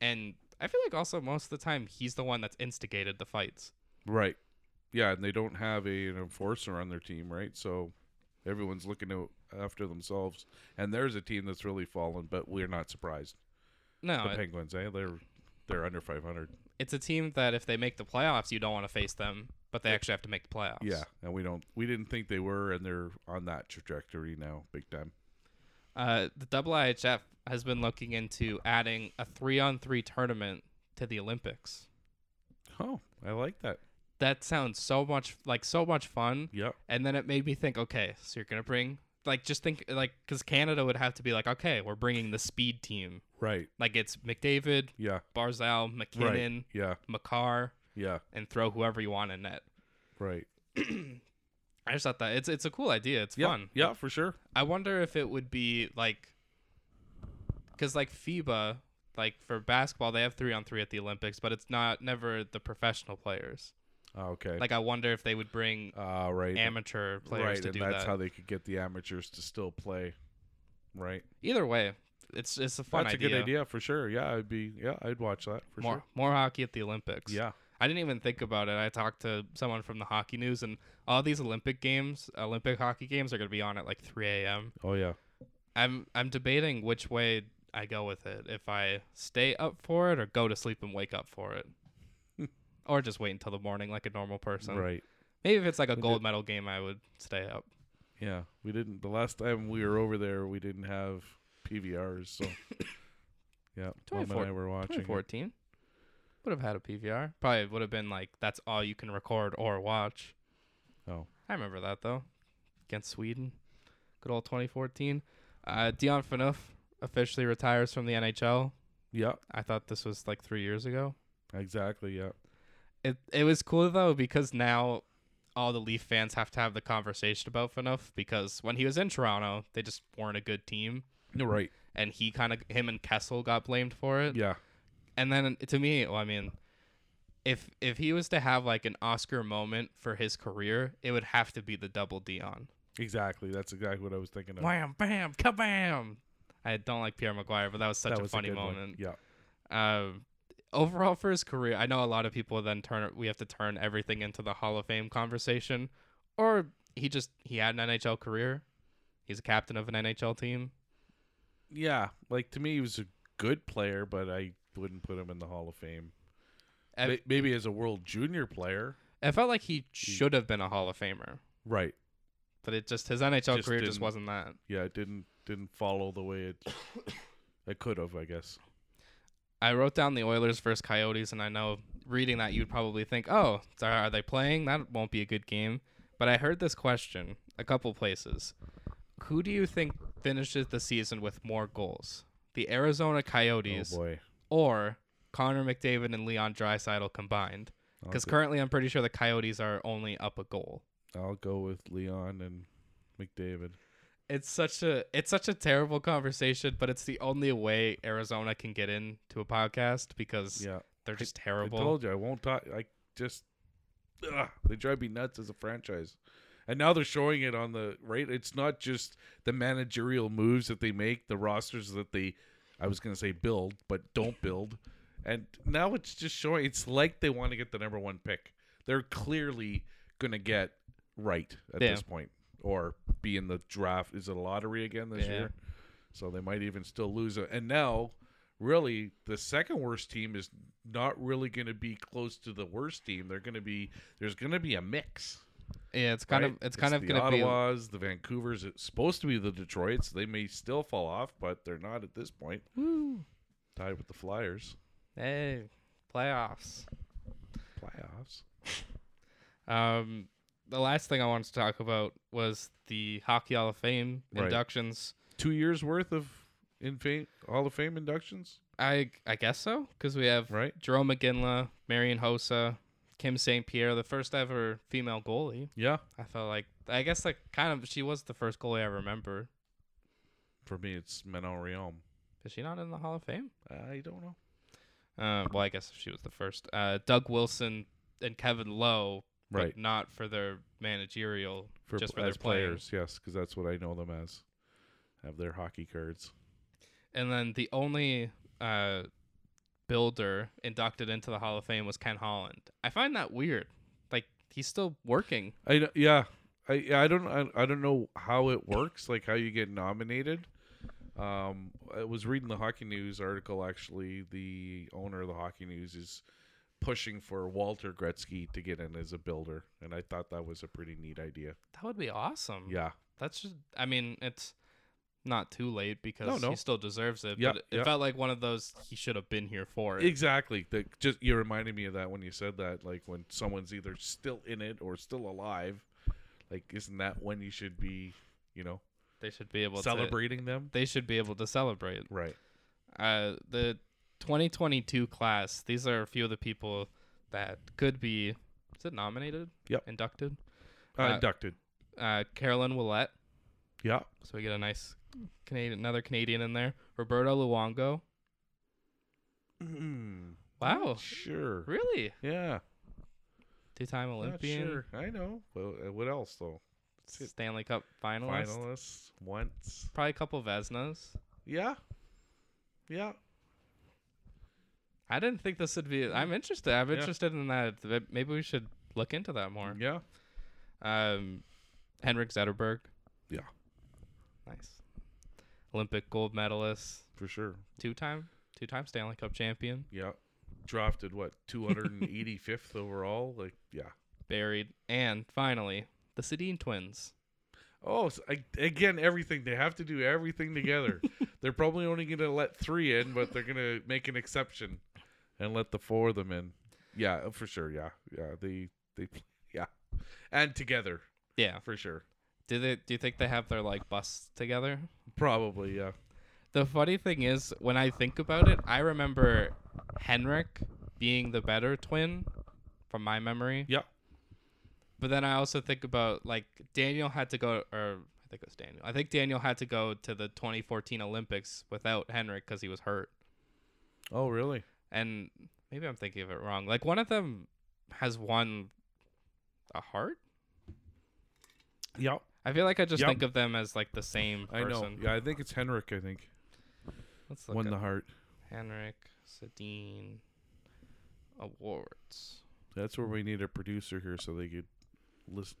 A: And I feel like also most of the time he's the one that's instigated the fights.
B: right. Yeah, and they don't have a, an enforcer on their team, right? So everyone's looking out after themselves. And there's a team that's really fallen, but we're not surprised.
A: No,
B: The
A: it-
B: Penguins, eh? They're they're under 500.
A: it's a team that if they make the playoffs, you don't want to face them, but they actually have to make the playoffs.
B: Yeah, and we don't we didn't think they were, and they're on that trajectory now, big time.
A: Uh, the IIHF has been looking into adding a three-on-three tournament to the Olympics.
B: Oh, I like that.
A: That sounds so much like so much fun.
B: Yeah,
A: And then it made me think, okay, so you're gonna bring like just think like because Canada would have to be like, okay, we're bringing the speed team.
B: right.
A: Like it's McDavid,
B: Yeah,
A: Barzal,
B: right.
A: McKinnon,
B: Yeah,
A: McCarr,
B: yeah,
A: and throw whoever you want in net.
B: right.
A: I just thought that it's it's a cool idea. It's
B: Yeah,
A: fun.
B: yeah, for sure.
A: I wonder if it would be like because like FIBA, like for basketball, they have three on three at the Olympics, but it's not never the professional players.
B: Ah, okay.
A: Like I wonder if they would bring
B: Ah, right.
A: amateur players
B: right,
A: to
B: and
A: do
B: that's
A: that.
B: how they could get the amateurs to still play. Right.
A: Either way, it's it's a fun
B: That's a good idea for sure. Yeah, I'd be. Yeah, I'd watch that for
A: more
B: sure.
A: more hockey at the Olympics.
B: Yeah.
A: I didn't even think about it. I talked to someone from the hockey news, and all these Olympic games, Olympic hockey games, are going to be on at like 3 a.m.
B: Oh yeah.
A: I'm I'm debating which way I go with it. If I stay up for it, or go to sleep and wake up for it, or just wait until the morning like a normal person.
B: Right.
A: Maybe if it's like a
B: We
A: gold medal game, I would stay up.
B: Yeah. We didn't. The last time we were over there, we didn't have PVRs. So. yeah. Mom and I
A: 24
B: were watching. it.
A: 2014 would have had a PVR. Probably would have been like that's all you can record or watch.
B: Oh.
A: I remember that though, against Sweden, good old 2014. Uh, Dion Phaneuf officially retires from the NHL.
B: Yeah.
A: I thought this was like three years ago.
B: Exactly. Yeah.
A: It it was cool though because now all the Leaf fans have to have the conversation about Phaneuf because when he was in Toronto, they just weren't a good team,
B: You're right.
A: and he kind of him and Kessel got blamed for it.
B: Yeah.
A: And then to me, well, I mean. If, if he was to have like an Oscar moment for his career, it would have to be the double Dion.
B: Exactly. That's exactly what I was thinking of.
A: Wham, bam, kabam. I don't like Pierre Maguire, but that was such
B: that
A: a
B: was
A: funny
B: good one.
A: moment.
B: Yeah.
A: Um, overall, for his career, I know a lot of people then turn we have to turn everything into the Hall of Fame conversation, or he just he had an NHL career. He's a captain of an NHL team.
B: Yeah. Like to me, he was a good player, but I wouldn't put him in the Hall of Fame.
A: I-
B: May- Maybe as a World Junior player.
A: It felt like he should have been a Hall of Famer,
B: Right.
A: but it just his NHL
B: Just
A: career just
B: didn't.
A: wasn't that.
B: yeah, it didn't didn't follow the way it it could have, I guess.
A: I wrote down the Oilers versus Coyotes, and I know reading that you'd probably think, "Oh, so are they playing? That won't be a good game." But I heard this question a couple places: Who do you think finishes the season with more goals, the Arizona Coyotes
B: Oh boy.
A: or Connor McDavid and Leon Draisaitl combined? Because
B: I'll, go-
A: currently, I'm pretty sure the Coyotes are only up a goal.
B: I'll go with Leon and McDavid.
A: It's such a it's such a terrible conversation, but it's the only way Arizona can get in to a podcast because
B: Yeah,
A: they're just
B: I
A: terrible.
B: told you I won't talk. I just ugh, they drive me nuts as a franchise, and now they're showing it on the right. It's not just the managerial moves that they make, the rosters that they, I was gonna say build, but don't build, and now it's just showing. It's like they want to get the number one pick. They're clearly gonna get right at
A: Yeah.
B: this point, or be in the draft. Is it a lottery again this
A: Yeah.
B: year? So they might even still lose it. And now, really, the second worst team is not really going to be close to the worst team. They're going to be there's going to be a mix.
A: yeah, it's kind
B: right?
A: of it's kind of
B: the
A: gonna
B: Ottawa's, the Vancouver's. It's supposed to be the Detroit's. They may still fall off, but they're not at this point.
A: be woo,
B: Tied with the Flyers.
A: hey playoffs.
B: Playoffs.
A: Um, the last thing I wanted to talk about was the Hockey Hall of Fame
B: Right.
A: inductions.
B: Two years worth of in fame, Hall of Fame inductions.
A: I I guess so because we have
B: Right.
A: Jerome McGinley, Marion Hossa, Kim St. Pierre, the first ever female goalie.
B: Yeah.
A: I felt like I guess like kind of she was the first goalie I remember.
B: For me, it's Menon Realm.
A: Is she not in the Hall of Fame?
B: I don't know.
A: Uh, well, I guess if she was the first. Uh, Doug Wilson and Kevin Lowe,
B: Right.
A: but not for their managerial,
B: For,
A: just for
B: as
A: their playing.
B: players, yes, because that's what I know them as. Have their hockey cards.
A: And then the only uh, builder inducted into the Hall of Fame was Ken Holland. I find that weird. Like he's still working.
B: I d- yeah. I yeah, I don't I, I don't know how it works, like how you get nominated. Um, I was reading the Hockey News article. Actually, the owner of the Hockey News is pushing for Walter Gretzky to get in as a builder, and I thought that was a pretty neat idea.
A: That would be awesome.
B: Yeah,
A: That's just. I mean, it's not too late because
B: No, no.
A: he still deserves it.
B: Yeah,
A: but it
B: yeah.
A: felt like one of those he should have been here for. It.
B: exactly. The, just you reminded me of that when you said that, like when someone's either still in it or still alive. Like, isn't that when you should be, you know,
A: They should be able to.
B: celebrating them?
A: They should be able to celebrate.
B: Right.
A: Uh, the 2022 class. These are a few of the people that could be. Is it nominated?
B: Yep.
A: Inducted.
B: Uh,
A: Uh,
B: inducted.
A: Uh, Carolyn Willette.
B: Yeah.
A: So we get a nice Canadian, another Canadian in there. Roberto Luongo. hmm. Wow.
B: Sure.
A: Really?
B: Yeah.
A: Two-time Olympian,
B: Not sure. I know. Well, uh, what else though? Shit.
A: Stanley Cup finalist.
B: Finalists once.
A: Probably a couple Vesnas.
B: Yeah. Yeah.
A: I didn't think this would be. I'm interested. I'm
B: Yeah.
A: interested in that. Th- Maybe we should look into that more.
B: Yeah.
A: Um, Henrik Zetterberg.
B: Yeah.
A: Nice. Olympic gold medalist,
B: For sure.
A: two-time, two-time Stanley Cup champion,
B: Yeah. Drafted what 285th overall? Like yeah.
A: buried, and finally the Sedin twins.
B: Oh, so I, again, everything they have to do everything together. they're probably only going to let three in, but they're going to make an exception and let the four of them in. Yeah, uh, for sure. Yeah, yeah. They they yeah, and together
A: Yeah.
B: for sure.
A: Do they? Do you think they have their like busts together?
B: Probably yeah.
A: The funny thing is, when I think about it, I remember Henrik being the better twin from my memory.
B: Yeah.
A: But then I also think about like Daniel had to go, or I think it was Daniel. I think Daniel had to go to the 2014 Olympics without Henrik because he was hurt.
B: Oh really?
A: And maybe I'm thinking of it wrong. Like one of them has won a heart.
B: Yeah,
A: I feel like I just
B: Yep.
A: think of them as like the same
B: I
A: person.
B: know. Yeah, I think it's Henrik. I think
A: Let's look
B: won
A: at
B: the heart.
A: Henrik Sedin awards.
B: That's where we need a producer here so they could list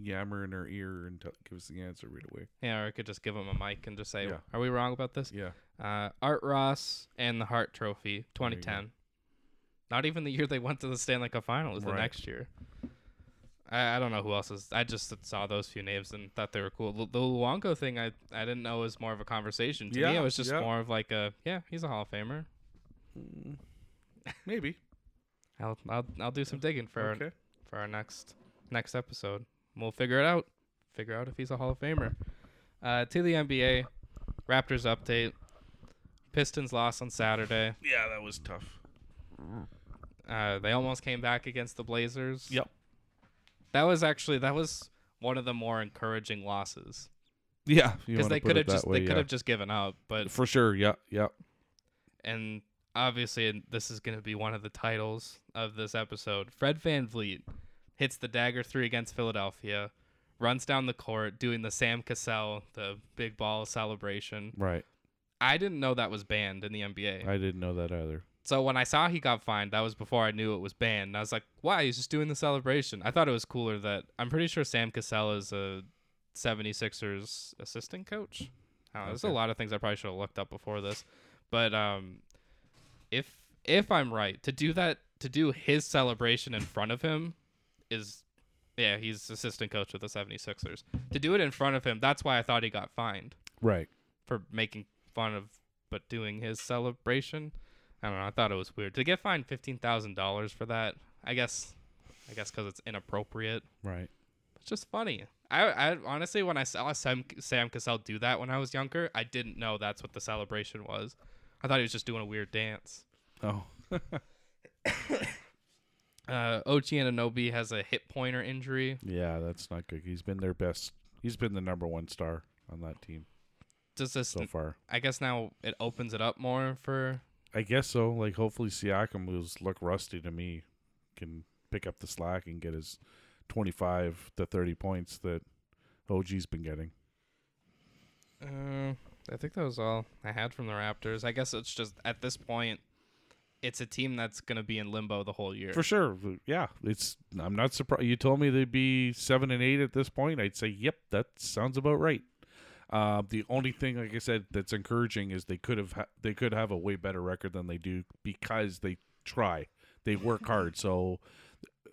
B: yammer in our ear and tell give us the answer right away.
A: Yeah, or I could just give him a mic and just say,
B: Yeah.
A: "Are we wrong about this?"
B: Yeah,
A: Uh, Art Ross and the Hart Trophy,
B: There you go.
A: 2010. Not even the year they went to the Stanley Cup Final is the
B: Right.
A: next year. I, I don't know who else is. I just saw those few names and thought they were cool. The, the Luongo thing, I I didn't know was more of a conversation. To me,
B: Yeah,
A: it was just
B: yeah.
A: more of like a yeah, he's a Hall of Famer.
B: maybe.
A: I'll I'll, I'll do some digging for our,
B: okay.
A: for our next next episode. We'll figure it out. Figure out if he's a Hall of Famer. Uh, to the NBA, Raptors update. Pistons lost on Saturday.
B: Yeah, that was tough.
A: Uh, they almost came back against the Blazers.
B: Yep.
A: That was actually that was one of the more encouraging losses
B: Yeah,
A: because they could have just they could have just given up. But
B: for sure. Yeah, yeah.
A: and obviously and this is going to be one of the titles of this episode. Fred Van Vliet hits the dagger three against Philadelphia, runs down the court doing the Sam Cassell the big ball celebration.
B: Right.
A: I didn't know that was banned in the NBA.
B: I didn't know that either.
A: So when I saw he got fined, that was before I knew it was banned. And I was like, why? He's just doing the celebration. I thought it was cooler that I'm pretty sure Sam Cassell is a 76ers assistant coach. I don't know, There's a
B: Okay.
A: lot of things I probably should have looked up before this. But um, if if I'm right, to do that, to do his celebration in front of him is, yeah, he's assistant coach with the 76ers. To do it in front of him, that's why I thought he got fined
B: Right.
A: for making fun of but doing his celebration. I don't know. I thought it was weird to get fined fifteen thousand dollars for that. I guess, I guess because it's inappropriate.
B: Right.
A: It's just funny. I, I honestly, when I saw Sam Sam Cassell do that when I was younger, I didn't know that's what the celebration was. I thought he was just doing a weird dance.
B: Oh.
A: Uh, Ochi Ananobi has a hip pointer injury.
B: yeah, that's not good. He's been their best. He's been the number one star on that team
A: Does this?
B: so far.
A: I guess now it opens it up more for.
B: I guess so. Like, hopefully, Siakam, who's look rusty to me, can pick up the slack and get his twenty-five to thirty points that OG's been getting.
A: Uh, I think that was all I had from the Raptors. I guess it's just at this point, it's a team that's gonna be in limbo the whole year.
B: For sure. Yeah. It's I'm not surprised you told me they'd be seven and eight at this point. I'd say, Yep, that sounds about right. Uh, the only thing, like I said, that's encouraging is they could have ha- they could have a way better record than they do because they try, they work hard. So,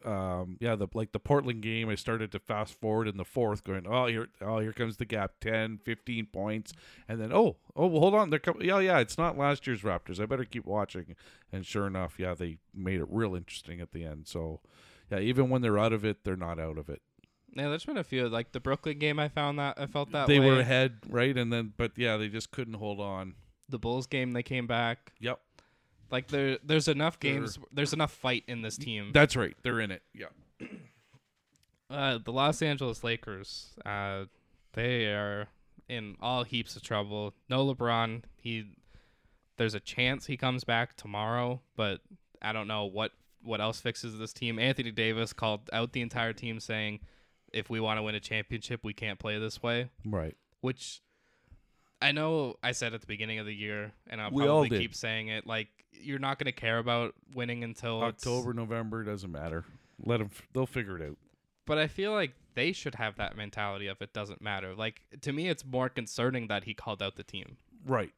B: um, yeah, the like the Portland game, I started to fast forward in the fourth, going, oh here, oh here comes the gap, 10, 15 points, and then oh oh well, hold on, they're coming. Yeah, yeah, it's not last year's Raptors. I better keep watching. And sure enough, yeah, they made it real interesting at the end. So, yeah, even when they're out of it, they're not out of it.
A: Yeah, there's been a few like the Brooklyn game. I found that I felt that
B: they
A: way.
B: were ahead, right? And then, but yeah, they just couldn't hold on.
A: the Bulls game. They came back.
B: Yep,
A: Like there, there's enough
B: They're-
A: games. There's enough fight in this team.
B: that's right. They're in it. Yeah,
A: Uh, the Los Angeles Lakers. Uh, they are in all heaps of trouble. No LeBron. He. There's a chance he comes back tomorrow, but I don't know what what else fixes this team. Anthony Davis called out the entire team saying, "If we want to win a championship, we can't play this way."
B: right.
A: which I know I said at the beginning of the year, and I'll
B: We all
A: probably
B: did.
A: keep saying it. Like you're not going to care about winning until it's-
B: October, November doesn't matter. Let them. They'll figure it out.
A: but I feel like they should have that mentality of it doesn't matter. Like to me, it's more concerning that he called out the team.
B: Right.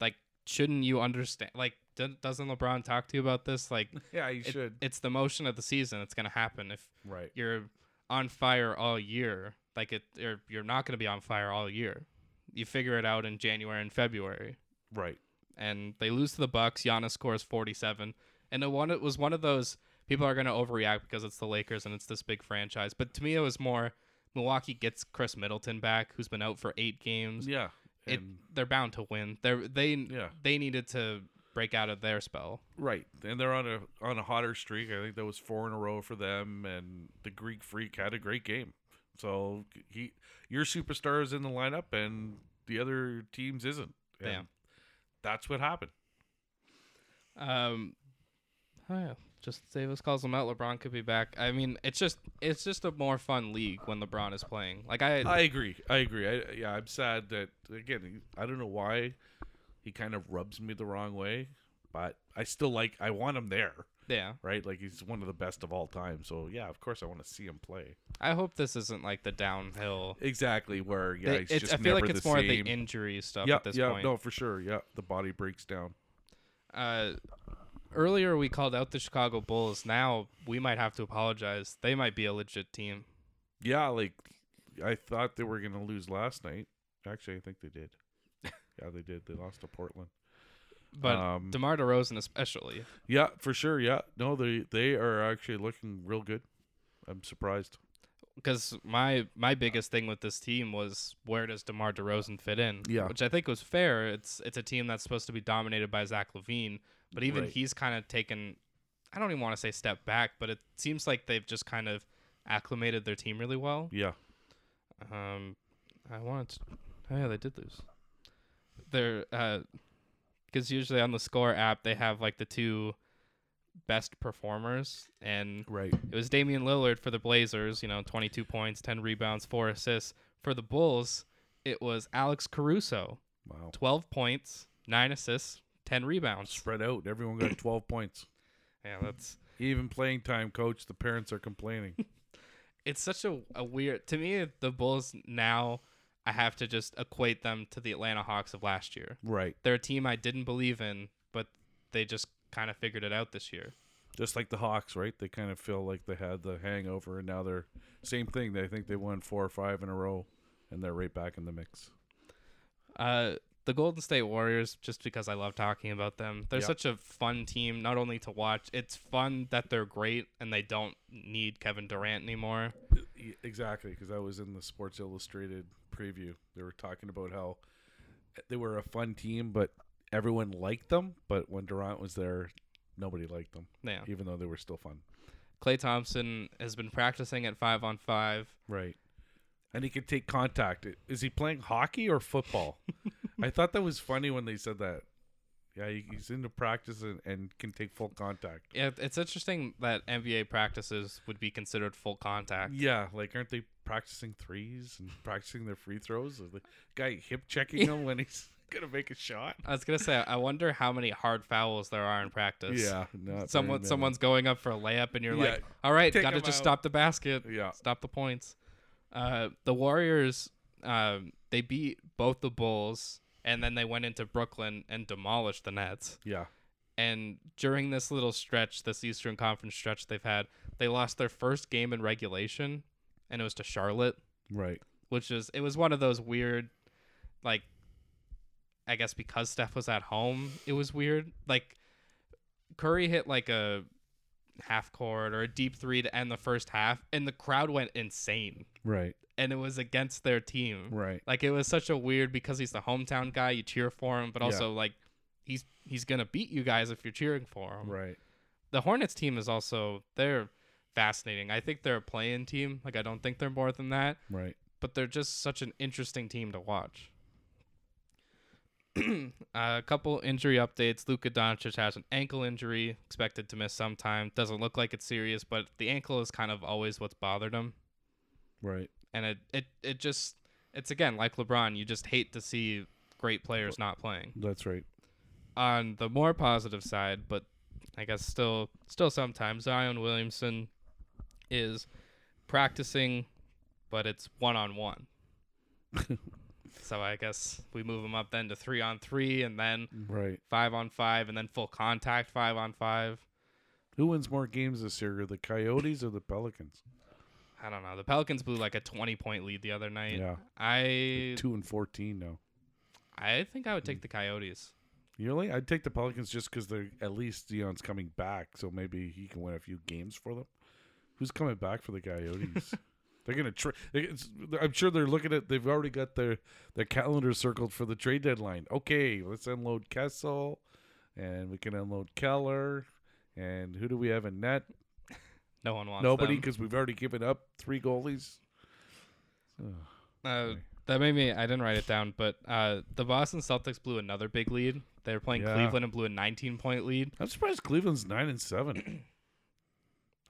A: Like, shouldn't you understand? Like, do- doesn't LeBron talk to you about this? Like,
B: Yeah, you
A: it- it's the motion of the season. It's going to happen if
B: Right.
A: you're on fire all year. Like it, you're, you're not going to be on fire all year. You figure it out in January and February.
B: Right.
A: and they lose to the Bucks. Giannis scores 47, and it, one, it was one of those people are going to overreact because it's the Lakers and it's this big franchise. But to me, it was more Milwaukee gets Chris Middleton back, who's been out for eight games.
B: Yeah.
A: It,
B: And
A: they're bound to win. They they
B: Yeah.
A: they needed to break out of their spell.
B: right, and they're on a on a hotter streak. I think that was four in a row for them. And the Greek Freak had a great game. So he, your superstar is in the lineup, and the other teams isn't. And
A: Damn.
B: That's what happened.
A: Um, oh yeah, just Davis calls them out. LeBron could be back. I mean, it's just it's just a more fun league when LeBron is playing. Like I,
B: I agree. I agree. I, yeah, I'm sad that again. I don't know why he kind of rubs me the wrong way, but I still like. I want him there,
A: yeah,
B: right? Like he's one of the best of all time. So yeah, of course I want to see him play.
A: I hope this isn't like the downhill.
B: Exactly where yeah,
A: They-
B: he's
A: it's-
B: just
A: I feel
B: never
A: like it's
B: the
A: more
B: same.
A: of the injury stuff
B: yeah,
A: at this
B: yeah,
A: point.
B: no, for sure. Yeah, the body breaks down.
A: uh, earlier we called out the Chicago Bulls. Now we might have to apologize. They might be a legit team.
B: Yeah, like I thought they were gonna lose last night. Actually, I think they did. yeah, they did. They lost to Portland.
A: But
B: Um,
A: DeMar DeRozan especially.
B: Yeah, for sure. Yeah, no, they they are actually looking real good. I'm surprised.
A: Because my, my biggest thing with this team was where does DeMar DeRozan fit in?
B: Yeah.
A: Which I think was fair. It's it's a team that's supposed to be dominated by Zach Levine, but even
B: Right.
A: he's kind of taken I don't even want to say step back, but it seems like they've just kind of acclimated their team really well.
B: Yeah.
A: Um, I wanted. To, oh yeah, they did lose. They're because usually on the score app they have like the two best performers, and
B: Right.
A: it was Damian Lillard for the Blazers. You know, twenty-two points, ten rebounds, four assists. For the Bulls, it was Alex Caruso,
B: Wow.
A: twelve points, nine assists, ten rebounds.
B: Spread out. Everyone got 12 points.
A: Yeah, that's
B: Even playing time, coach, the parents are complaining.
A: it's such a, a weird to me. The Bulls now, I have to just equate them to the Atlanta Hawks of last year.
B: right.
A: they're a team I didn't believe in, but they just kind of figured it out this year.
B: Just like the Hawks, right? They kind of feel like they had the hangover and now they're same thing. They think they won four or five in a row and they're right back in the mix.
A: Uh, the Golden State Warriors, just because I love talking about them, they're
B: Yeah.
A: such a fun team, not only to watch, it's fun that they're great and they don't need Kevin Durant anymore.
B: Y- Exactly, because I was in the Sports Illustrated preview. They were talking about how eh, they were a fun team, but everyone liked them. But when Durant was there, nobody liked them,
A: Yeah.
B: even though they were still fun.
A: Clay Thompson has been practicing at five on five.
B: Right. And he could take contact. I- Is he playing hockey or football? I thought that was funny when they said that. Yeah, he- he's into practice and, and can take full contact.
A: It, it's interesting that NBA practices would be considered full contact.
B: Yeah, like aren't they practicing threes and practicing their free throws? Is the guy hip checking him when he's gonna make a shot?
A: I was gonna say, I wonder how many hard fouls there are in practice.
B: Yeah, not very
A: Someone,
B: many.
A: someone's going up for a layup, and you're
B: Yeah.
A: like, "All right,
B: Take
A: gotta
B: 'em
A: just
B: out."
A: stop the basket,
B: Yeah,
A: stop the points." Uh, the Warriors, um, they beat both the Bulls, and then they went into Brooklyn and demolished the Nets.
B: yeah,
A: And during this little stretch, this Eastern Conference stretch they've had, they lost their first game in regulation, and it was to Charlotte,
B: right.
A: which is it was one of those weird, like, I guess because Steph was at home, it was weird. Like, Curry hit like a half court or a deep three to end the first half, and the crowd went insane.
B: Right,
A: And it was against their team.
B: right.
A: Like it was such a weird because he's the hometown guy, you cheer for him, but
B: Yeah.
A: also like he's he's gonna beat you guys if you're cheering for him.
B: Right.
A: The Hornets team is also they're fascinating. I think they're a play-in team. Like I don't think they're more than that,
B: Right.
A: but they're just such an interesting team to watch. Uh, a couple injury updates. Luka Doncic has an ankle injury, expected to miss some time. Doesn't look like it's serious, but the ankle is kind of always what's bothered him.
B: Right.
A: And it it, it just it's again like LeBron, you just hate to see great players not playing.
B: That's right.
A: On the more positive side, but I guess still still sometimes Zion Williamson is practicing, but it's one on one. So I guess we move him up then to three on three and then
B: right.
A: five on five and then full contact five on five.
B: Who wins more games this year, the Coyotes or the Pelicans?
A: I don't know. The Pelicans blew like a twenty point lead the other night.
B: Yeah,
A: I
B: two and fourteen now.
A: I think I would take the Coyotes.
B: Really, I'd take the Pelicans just because they're at least Dion's coming back, so maybe he can win a few games for them. Who's coming back for the Coyotes? they're gonna trade. I'm sure they're looking at. They've already got their their calendar circled for the trade deadline. Okay, let's unload Kessel, and we can unload Keller, and who do we have in net?
A: No one wants
B: Nobody,
A: them.
B: because we've already given up three goalies. Ugh.
A: Uh,
B: Sorry.
A: that made me. I didn't write it down, but uh, the Boston Celtics blew another big lead. They were playing
B: Yeah.
A: Cleveland and blew a 19 point lead.
B: I'm surprised Cleveland's nine and seven.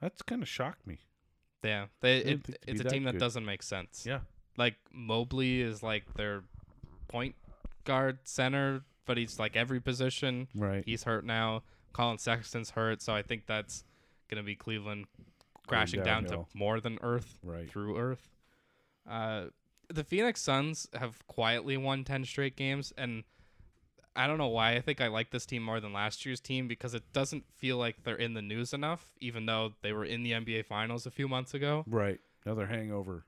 B: That's kind of shocked me.
A: Yeah, they, it,
B: didn't think they'd
A: it's
B: be
A: a
B: that
A: team that
B: good.
A: doesn't make sense.
B: Yeah.
A: Like Mobley is like their point guard center, but he's like every position.
B: Right.
A: He's hurt now. Colin Sexton's hurt, so I think that's gonna be Cleveland crashing down to
B: downhill.
A: more than Earth
B: Right.
A: through Earth. Uh, the Phoenix Suns have quietly won 10 straight games, and I don't know why. I think I like this team more than last year's team because it doesn't feel like they're in the news enough, even though they were in the NBA Finals a few months ago.
B: Right. Another hangover.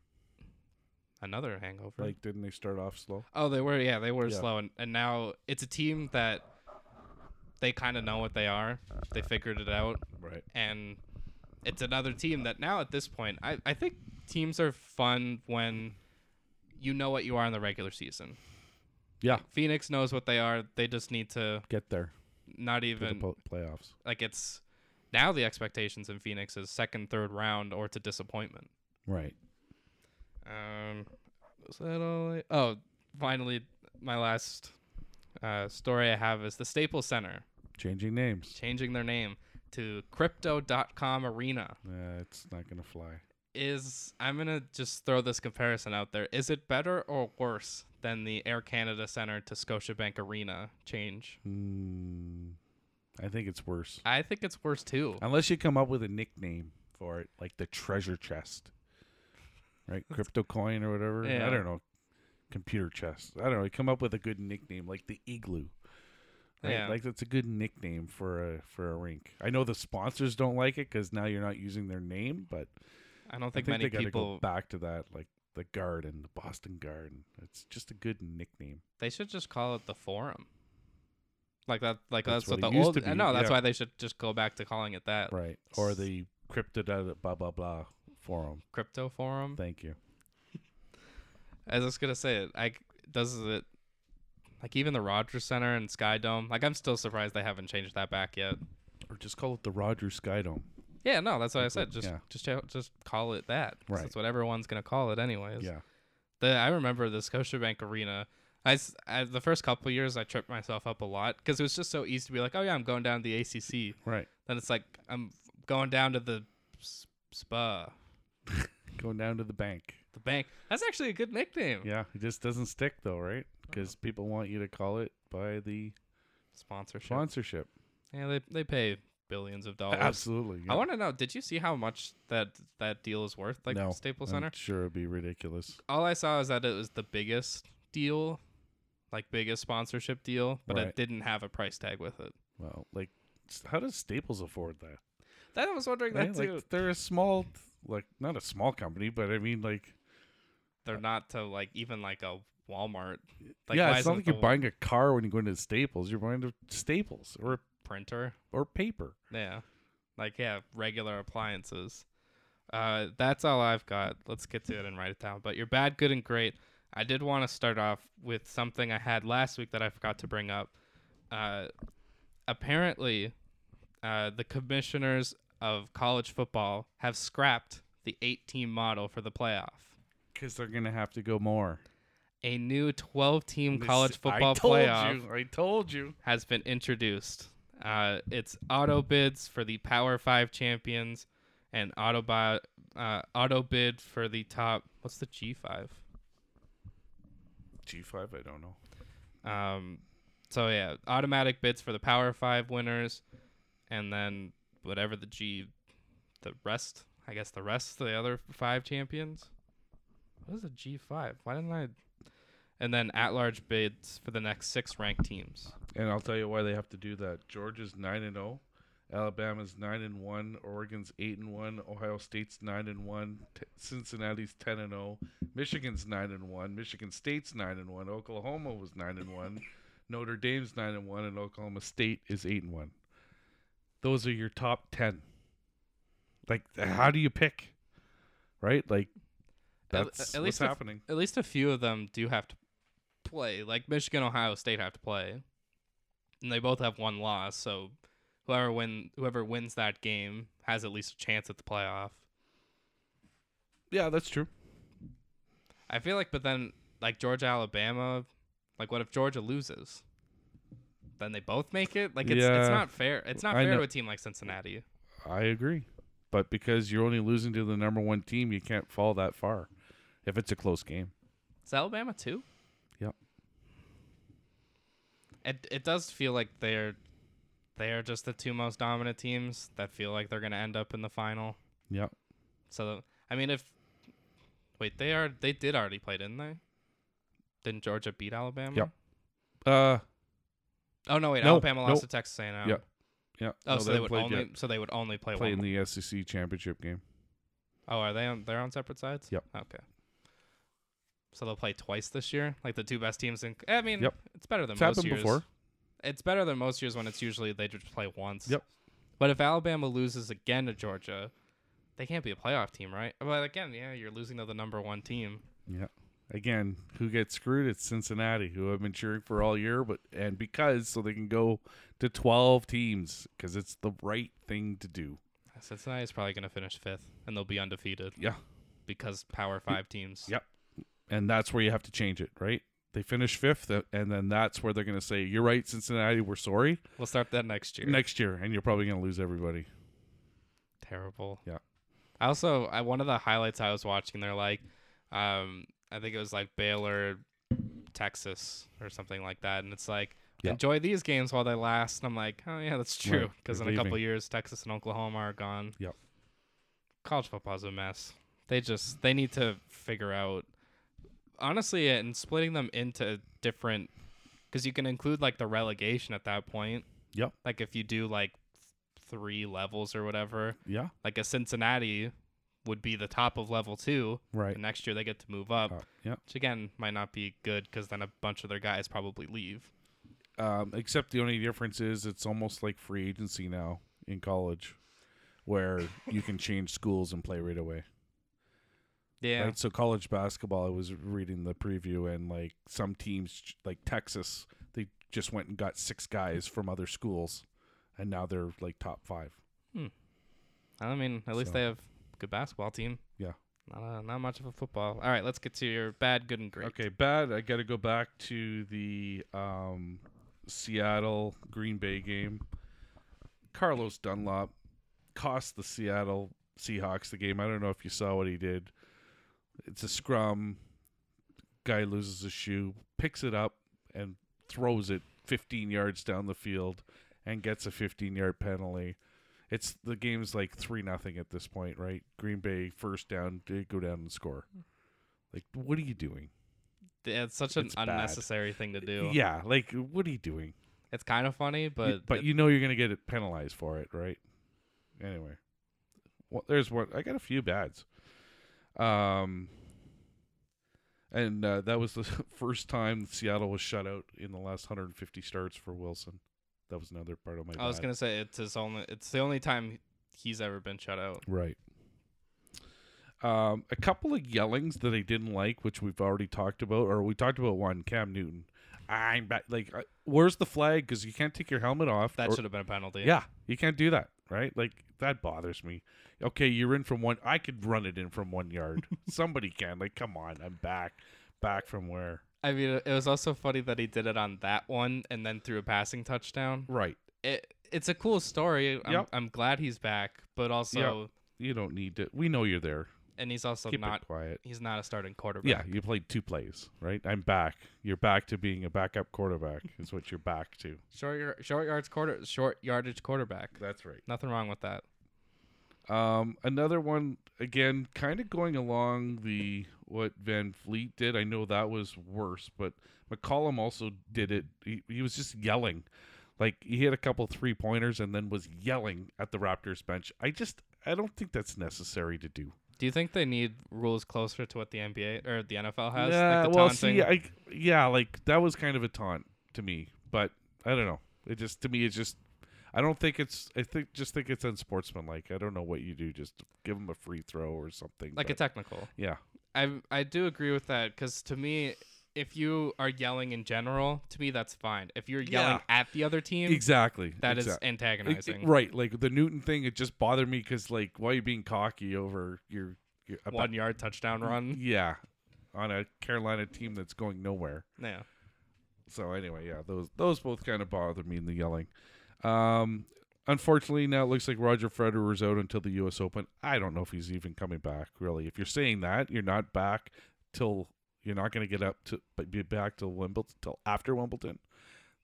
A: Another hangover.
B: Like, didn't they start off slow?
A: oh, they were, yeah, they were
B: Yeah.
A: slow, and, and now it's a team that they kind of know what they are. They figured it out.
B: Right.
A: and it's another team that now at this point I, I think teams are fun when you know what you are in the regular season.
B: Yeah.
A: Phoenix knows what they are. They just need to
B: Get there
A: not
B: to the
A: even
B: po- playoffs.
A: like it's Now the expectations in Phoenix is second, third round or to disappointment.
B: Right.
A: Um, was that all? I- oh, finally, my last uh, story I have is the Staples Center
B: Changing names.
A: changing their name to Crypto.com Arena.
B: Uh, it's not gonna fly.
A: Is I'm gonna just throw this comparison out there. Is it better or worse than the Air Canada Center to Scotiabank Arena change?
B: Hmm. I think it's worse.
A: I think it's worse too.
B: Unless you come up with a nickname for it, like the treasure chest, right? Crypto coin or whatever.
A: Yeah.
B: I don't know. Computer chest. I don't know. You come up with a good nickname, like the igloo. Right?
A: Yeah.
B: Like that's a good nickname for a for a rink. I know the sponsors don't like it because now you're not using their name, but
A: I don't
B: I
A: think,
B: think
A: many
B: they gotta
A: people.
B: go back to that, like the garden, the Boston Garden. It's just a good nickname.
A: They should just call it the Forum. Like that. Like that's, what,
B: That's what it
A: the
B: used
A: old.
B: to be,
A: No, that's
B: yeah.
A: why they should just go back to calling it that.
B: Right. Or the cryptid blah blah blah forum.
A: Crypto Forum.
B: Thank you.
A: I was just gonna say it. I does it like even the Rogers Center and Sky Dome. Like I'm still surprised they haven't changed that back yet.
B: Or just call it the Rogers Skydome.
A: Yeah, no, that's what I
B: That's
A: said.
B: what-
A: Just
B: yeah.
A: just ch- just call it that. 'cause
B: Right.
A: That's what everyone's gonna call it anyways.
B: Yeah.
A: The, I remember the Scotiabank Arena. I, s- I- the first couple years I tripped myself up a lot because it was just so easy to be like, oh yeah, I'm going down to the ACC.
B: Right.
A: Then it's like I'm going down to the s- spa,
B: Going down to the bank.
A: the bank. That's actually a good nickname.
B: Yeah. It just doesn't stick though, right?
A: Uh-huh.
B: Because people want you to call it by the
A: Sponsorship.
B: sponsorship.
A: yeah, they they pay billions of dollars.
B: Absolutely. yeah.
A: I want to know. Did you see how much that that deal is worth? Like
B: No,
A: Staples
B: I'm
A: Center.
B: Sure, it'd be ridiculous.
A: All I saw is that it was the biggest deal, like biggest sponsorship deal, but it
B: Right.
A: didn't have a price tag with it.
B: Well, like, s- how does Staples afford that?
A: That I was wondering
B: Right?
A: that too.
B: Like, they're a small, like, not a small company, but I mean, like,
A: They're not to like even like a Walmart. Like,
B: yeah,
A: why
B: it's not
A: isn't
B: like
A: the
B: you're buying a car when you go into Staples. You're buying the Staples or
A: printer.
B: or paper.
A: Yeah, like yeah, regular appliances. Uh, that's all I've got. Let's get to it and write it down. But your bad, good, and great. I did want to start off with something I had last week that I forgot to bring up. Uh, apparently, uh, the commissioners of college football have scrapped the eight-team model for the playoff.
B: Because they're gonna have to go more.
A: A new twelve-team
B: This-
A: college football
B: I told
A: playoff
B: You, I told you.
A: has been introduced. Uh, it's auto bids for the Power Five champions, and auto buy, uh, auto bid for the top. What's the G five?
B: G five. I don't know.
A: Um, so yeah, automatic bids for the Power Five winners, and then whatever the G, the rest. I guess the rest of the other five champions. What is a G five? Why didn't I? And then at large bids for the next six ranked teams.
B: And I'll tell you why they have to do that. Georgia's nine and zero, Alabama's nine and one, Oregon's eight and one, Ohio State's nine and one, T- Cincinnati's ten and zero, Michigan's nine and one, Michigan State's nine and one, Oklahoma was nine and one, Notre Dame's nine and one, and Oklahoma State is eight and one. Those are your top ten. Like, how do you pick? Right, like
A: At-
B: that's
A: at
B: what's
A: least if-
B: happening.
A: at least a few of them do have to play. Like Michigan, Ohio State have to play, and they both have one loss. So whoever win whoever wins that game has at least a chance at the playoff.
B: Yeah, that's true.
A: I feel like, but then like Georgia, Alabama, like what if Georgia loses? Then they both make it. Like it's it's
B: Yeah.
A: not fair. It's not
B: I
A: fair
B: know.
A: to a team like Cincinnati.
B: I agree. But because you're only losing to the number one team, you can't fall that far if it's a close game.
A: Is Alabama too?
B: Yep.
A: It it does feel like they're they are just the two most dominant teams that feel like they're gonna end up in the final.
B: Yep.
A: So I mean, if wait, they are they did already play, didn't they? Didn't Georgia beat Alabama?
B: Yep. Uh,
A: Oh no, wait,
B: No,
A: Alabama lost
B: nope.
A: to Texas A&M.
B: Yep. yeah.
A: Oh,
B: no,
A: so they
B: haven't
A: would
B: played
A: only
B: yet.
A: so they would only play,
B: play
A: one.
B: in the SEC championship game.
A: oh, are they on? They're on separate sides.
B: Yep.
A: Okay. So they'll play twice this year, like the two best teams in. I mean,
B: Yep.
A: it's better than
B: It's
A: most
B: happened
A: years.
B: before.
A: It's better than most years when it's usually they just play once.
B: Yep.
A: But if Alabama loses again to Georgia, they can't be a playoff team, right? But again, yeah, you're losing to the number one team.
B: Yeah. again, who gets screwed? It's Cincinnati, who I've been cheering for all year, but and because so they can go to twelve teams because it's the right thing to do.
A: Cincinnati's probably going to finish fifth, and they'll be undefeated
B: Yeah,
A: because Power Five teams.
B: Yep. and that's where you have to change it, right? They finish fifth, uh, and then that's where they're going to say, "You're right, Cincinnati. We're sorry."
A: We'll start that next year.
B: Next year, and you're probably going to lose everybody.
A: Terrible.
B: Yeah.
A: I also I one of the highlights I was watching. They're like, um, I think it was like Baylor, Texas, or something like that, and it's like.
B: Yeah.
A: Enjoy these games while they last. And I'm like, oh yeah, that's true.
B: Right,
A: Because
B: they're
A: in a couple
B: leaving.
A: years, Texas and Oklahoma are gone.
B: Yep.
A: College football's a mess. They just they need to figure out honestly and splitting them into different because you can include like the relegation at that point.
B: Yep.
A: Like if you do like th- three levels or whatever,
B: Yeah,
A: like a Cincinnati would be the top of level two.
B: right.
A: And next year they get to move up,
B: Uh, yeah.
A: which again might not be good because then a bunch of their guys probably leave.
B: Um, except the only difference is it's almost like free agency now in college, where you can change schools and play right away.
A: Yeah.
B: Right? So college basketball, I was reading the preview, and like some teams, like Texas, they just went and got six guys from other schools, and now they're like top five.
A: I mean, at least
B: So-
A: they have a good basketball team.
B: Yeah.
A: Not, uh, not much of a football. All right, let's get to your bad, good, and great.
B: Okay, bad. I got to go back to the um, Seattle Green Bay game. Carlos Dunlop cost the Seattle Seahawks the game. I don't know if you saw what he did. It's a scrum. Guy loses a shoe, picks it up, and throws it 15 yards down the field and gets a 15 yard penalty. It's the game's like 3 nothing at this point, right? Green Bay first down, did go down and score. Like what are you doing?
A: Th- It's such an
B: It's bad.
A: unnecessary thing to do.
B: Yeah, like what are you doing?
A: It's kind of funny,
B: You-
A: but
B: but you know you're gonna get it penalized for it, right? Anyway, well, there's one. I got a few bads. Um, and uh, that was the first time Seattle was shut out in the last 150 starts for Wilson. That was another part of my.
A: I was
B: bad.
A: gonna say it's his only. It's the only time he's ever been shut out.
B: Right. Um, a couple of yellings that I didn't like, which we've already talked about, or we talked about one, Cam Newton. I'm back. Like, uh, where's the flag? Because you can't take your helmet off.
A: That
B: or-
A: should have been a penalty.
B: Yeah, you can't do that, right? Like that bothers me. Okay, you're in from one. I could run it in from one yard. Somebody can. Like, come on, I'm back. Back from where?
A: I mean, it was also funny that he did it on that one and then threw a passing touchdown.
B: Right.
A: It it's a cool story. I'm,
B: Yep.
A: I'm glad he's back, but also
B: You don't need to. We know you're there.
A: and he's also
B: Keep
A: not.
B: it quiet.
A: He's not a starting
B: Yeah,
A: quarterback.
B: you played two plays, right? I'm back. You're back to being a backup quarterback. is what you're back to.
A: Short yar- short yards quarter short yardage quarterback.
B: That's right.
A: Nothing wrong with that.
B: Um, another one again, kind of going along the what Van Fleet did. I know that was worse, but McCollum also did it. He, he was just yelling, like he hit a couple three pointers and then was yelling at the Raptors bench. I just I don't think that's necessary to do.
A: Do you think they need rules closer to what the NBA or the NFL has?
B: yeah,
A: like the
B: well,
A: taunting?
B: see, I yeah, like that was kind of a taunt to me, but I don't know. It just to me, it's just. I don't think it's. I think just think it's unsportsmanlike. I don't know what you do. Just give him a free throw or something.
A: like a
B: but-
A: technical.
B: yeah.
A: I I do agree with that because to me, if you are yelling in general, to me that's fine. If you're yelling
B: Yeah.
A: at the other team,
B: Exactly.
A: that is
B: exact- It- it-
A: antagonizing.
B: right. Like the Newton thing, it just bothered me because, like, why are you being cocky over your, your about-
A: One yard touchdown run.
B: Yeah, on a Carolina team that's going nowhere.
A: Yeah.
B: So anyway, yeah, those those both kind of bothered me in the yelling. Um, unfortunately, now it looks like Roger Federer's out until the U.S. Open. I don't know if he's even coming back. Really, if you're saying that, you're not back till you're not going to get up to but be back till Wimbledon till after Wimbledon.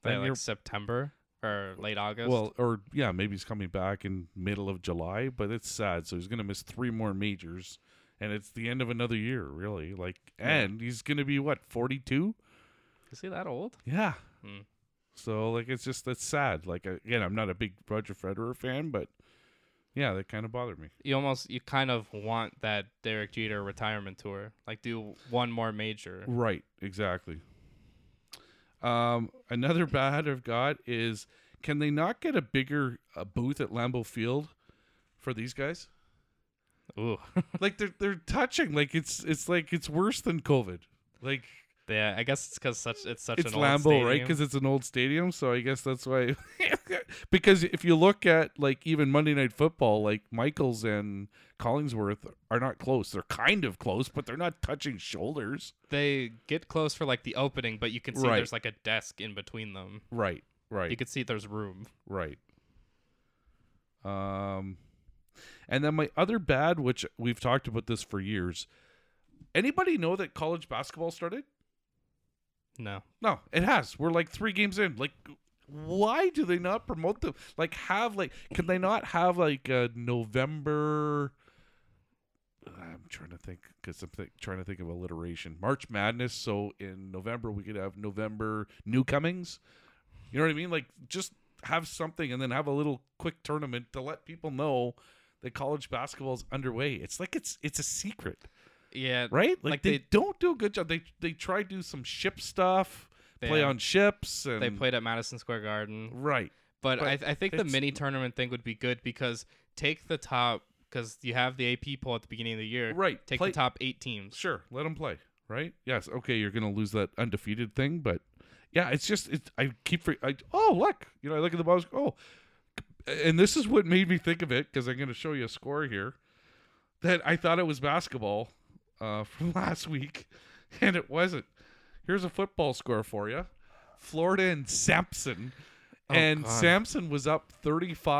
A: By,
B: Then
A: like
B: you're
A: September or late August.
B: Well, or yeah, maybe he's coming back in middle of July, but it's sad. So he's going to miss three more majors, and it's the end of another year, really. Like,
A: Yeah.
B: and he's going to be what forty two?
A: is he that old?
B: Yeah.
A: Hmm.
B: So like, it's just that's sad. Like again, I'm not a big Roger Federer fan, but yeah, that kind of bothered me.
A: You almost you kind of want that Derek Jeter retirement tour. Like do one more major.
B: Right, exactly. Um, another bad I've got is can they not get a bigger uh, booth at Lambeau Field for these guys?
A: Ooh.
B: like they're they're touching like it's it's like it's worse than covid Like
A: Yeah, I guess it's because such it's such
B: it's
A: an
B: Lambeau,
A: old stadium.
B: right? Because it's an old stadium, so I guess that's why. because if you look at like even Monday Night Football, like Michaels and Collingsworth are not close. They're kind of close, but they're not touching shoulders.
A: they get close for like the opening, but you can see
B: Right.
A: there's like a desk in between them.
B: Right, right,
A: You can see there's room.
B: right. Um, and then my other bad, which we've talked about this for years. Anybody know that college basketball started?
A: No,
B: No, it has. We're like three games in. Like, why do they not promote them? Like, have like, can they not have like a November? I'm trying to think because I'm th- trying to think of alliteration. March Madness. So in November we could have November newcomings. You know what I mean? Like, just have something and then have a little quick tournament to let people know that college basketball is underway. It's like it's it's a secret
A: yeah,
B: right? Like,
A: Like,
B: they,
A: they-
B: don't do a good job. They they try to do some ship stuff,
A: They,
B: play
A: uh,
B: on ships, and
A: They played at Madison Square Garden,
B: right,
A: but,
B: but
A: I, I think the
B: it's-
A: mini tournament thing would be good because take the top because you have the AP poll at the beginning of the year.
B: right.
A: Take
B: play-
A: the top eight teams.
B: Sure, let them play. Right? Yes. Okay, you're gonna lose that undefeated thing, but yeah, it's just it. I keep for I oh look, you know, I look at the box. Oh, and this is what made me think of it because I'm gonna show you a score here that I thought it was basketball uh, from last week, and it wasn't. Here's a football score for you: Florida and Sampson,
A: Oh,
B: and
A: God.
B: Sampson was up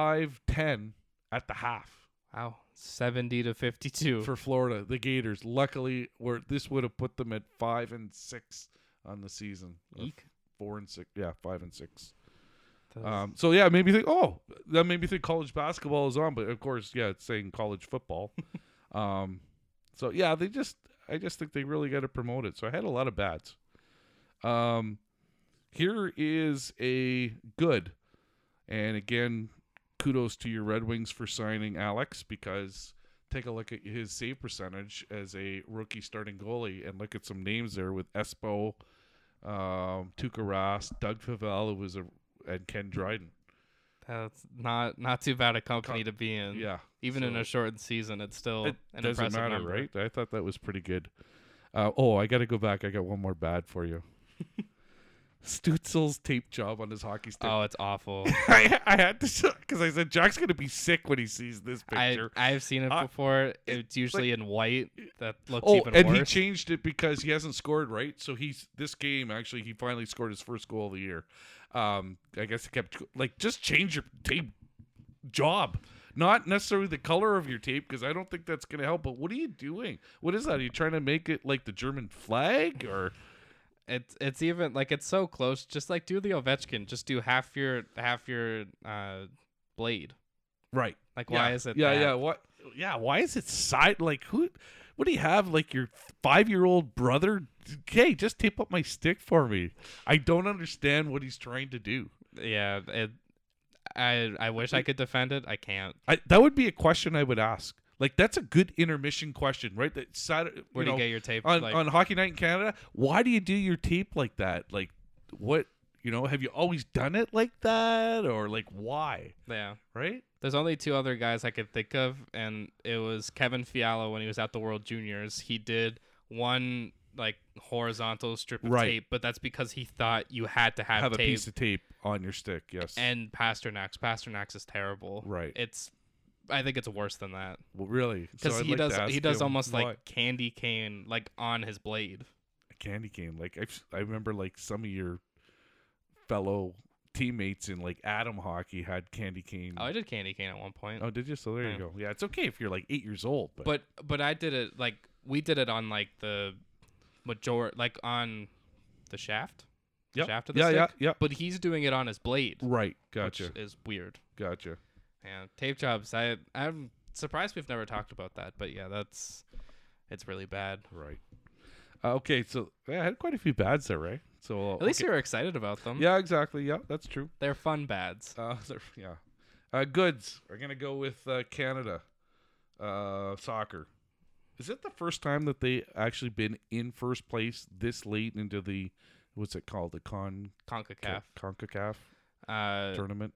B: 35-10 at the half
A: Wow, seventy to fifty-two.
B: for Florida, the Gators. Luckily, where this would have put them at five and six on the season. Or
A: Eek.
B: Four and six, yeah, five and six.
A: That was-
B: Um, so yeah, it made me think. Oh, that made me think college basketball is on, but of course, yeah, it's saying college football. um, so yeah, they just, I just think they really got to promote it. So I had a lot of bats. Um, here is a good, and again, kudos to your Red Wings for signing Alex because take a look at his save percentage as a rookie starting goalie and look at some names there with Espo, um, Tuukka Rask, Doug Favell, who was a and Ken Dryden.
A: that's not not too bad a company to be in.
B: Yeah,
A: Mm-hmm. Even in
B: so-
A: a shortened season, it's still
B: it
A: an
B: doesn't
A: impressive
B: matter,
A: number.
B: right? I thought that was pretty good. Uh, oh, I got to go back. I got one more bad for you. Stutzel's tape job on his hockey stick.
A: Oh, it's awful.
B: I, I had to because I said Jack's gonna be sick when he sees this
A: I
B: picture.
A: I've seen it
B: Uh,
A: before. It's usually in white. That looks
B: oh,
A: even
B: and
A: worse.
B: he changed it because he hasn't scored right. So he's this game actually he finally scored his first goal of the year. Um, I guess he kept like just change your tape job, not necessarily the color of your tape because I don't think that's gonna help. But what are you doing? What is that? Are you trying to make it like the German flag or
A: It's it's even like it's so close. Just like do the Ovechkin. Just do half your half your uh blade.
B: right?
A: Like
B: Yeah.
A: why is it?
B: Yeah,
A: that?
B: yeah. What? Yeah. Why is it side? Like who? What do you have? Like your five-year-old brother? Hey, just tape up my stick for me. I don't understand what he's trying to do.
A: yeah. It, I I wish I could defend it. I can't.
B: I, that would be a question I would ask. Like that's a good intermission question, right? That Saturday, you
A: Where do
B: know,
A: you get your tape?
B: on
A: like,
B: on Hockey Night in Canada. Why do you do your tape like that? Like what you know? Have you always done it like that, or like why?
A: yeah.
B: Right?
A: There's only two other guys I could think of, and it was Kevin Fiala when he was at the World Juniors. He did one like horizontal strip of
B: Right.
A: tape, but that's because he thought you had to have,
B: Have, a
A: tape.
B: piece of tape on your stick. Yes.
A: and Pasternak's Pasternak's is terrible.
B: right.
A: It's I think it's worse than that.
B: well, really?
A: because
B: I'd
A: he
B: like to
A: does he
B: ask
A: does
B: him
A: almost
B: why.
A: like candy cane like on his blade.
B: a candy cane. Like I've, I remember like some of your fellow teammates in like Adam hockey had candy cane.
A: Oh, I did candy cane at one point,
B: oh, did you? So there
A: Yeah.
B: you go. Yeah, it's okay if you're like eight years old, but,
A: but but I did it like we did it on like the major like on the shaft, the
B: Yep.
A: shaft of the
B: yeah, yeah,
A: stick.
B: yeah.
A: But he's doing it on his blade,
B: Right. Gotcha.
A: which is weird.
B: Gotcha.
A: Yeah, tape jobs. I I'm surprised we've never talked about that, but yeah, that's it's really bad.
B: Right. Uh, okay. So yeah, I had quite a few bads there, right? So uh,
A: At least
B: okay.
A: you were excited about them.
B: Yeah, exactly. Yeah, that's true.
A: they're fun bads.
B: Uh, they're- yeah. Uh, goods. We're gonna go with uh, Canada. Uh, soccer. Is it the first time that they actually been in first place this late into the what's it called the con
A: Concacaf,
B: Concacaf
A: uh,
B: tournament?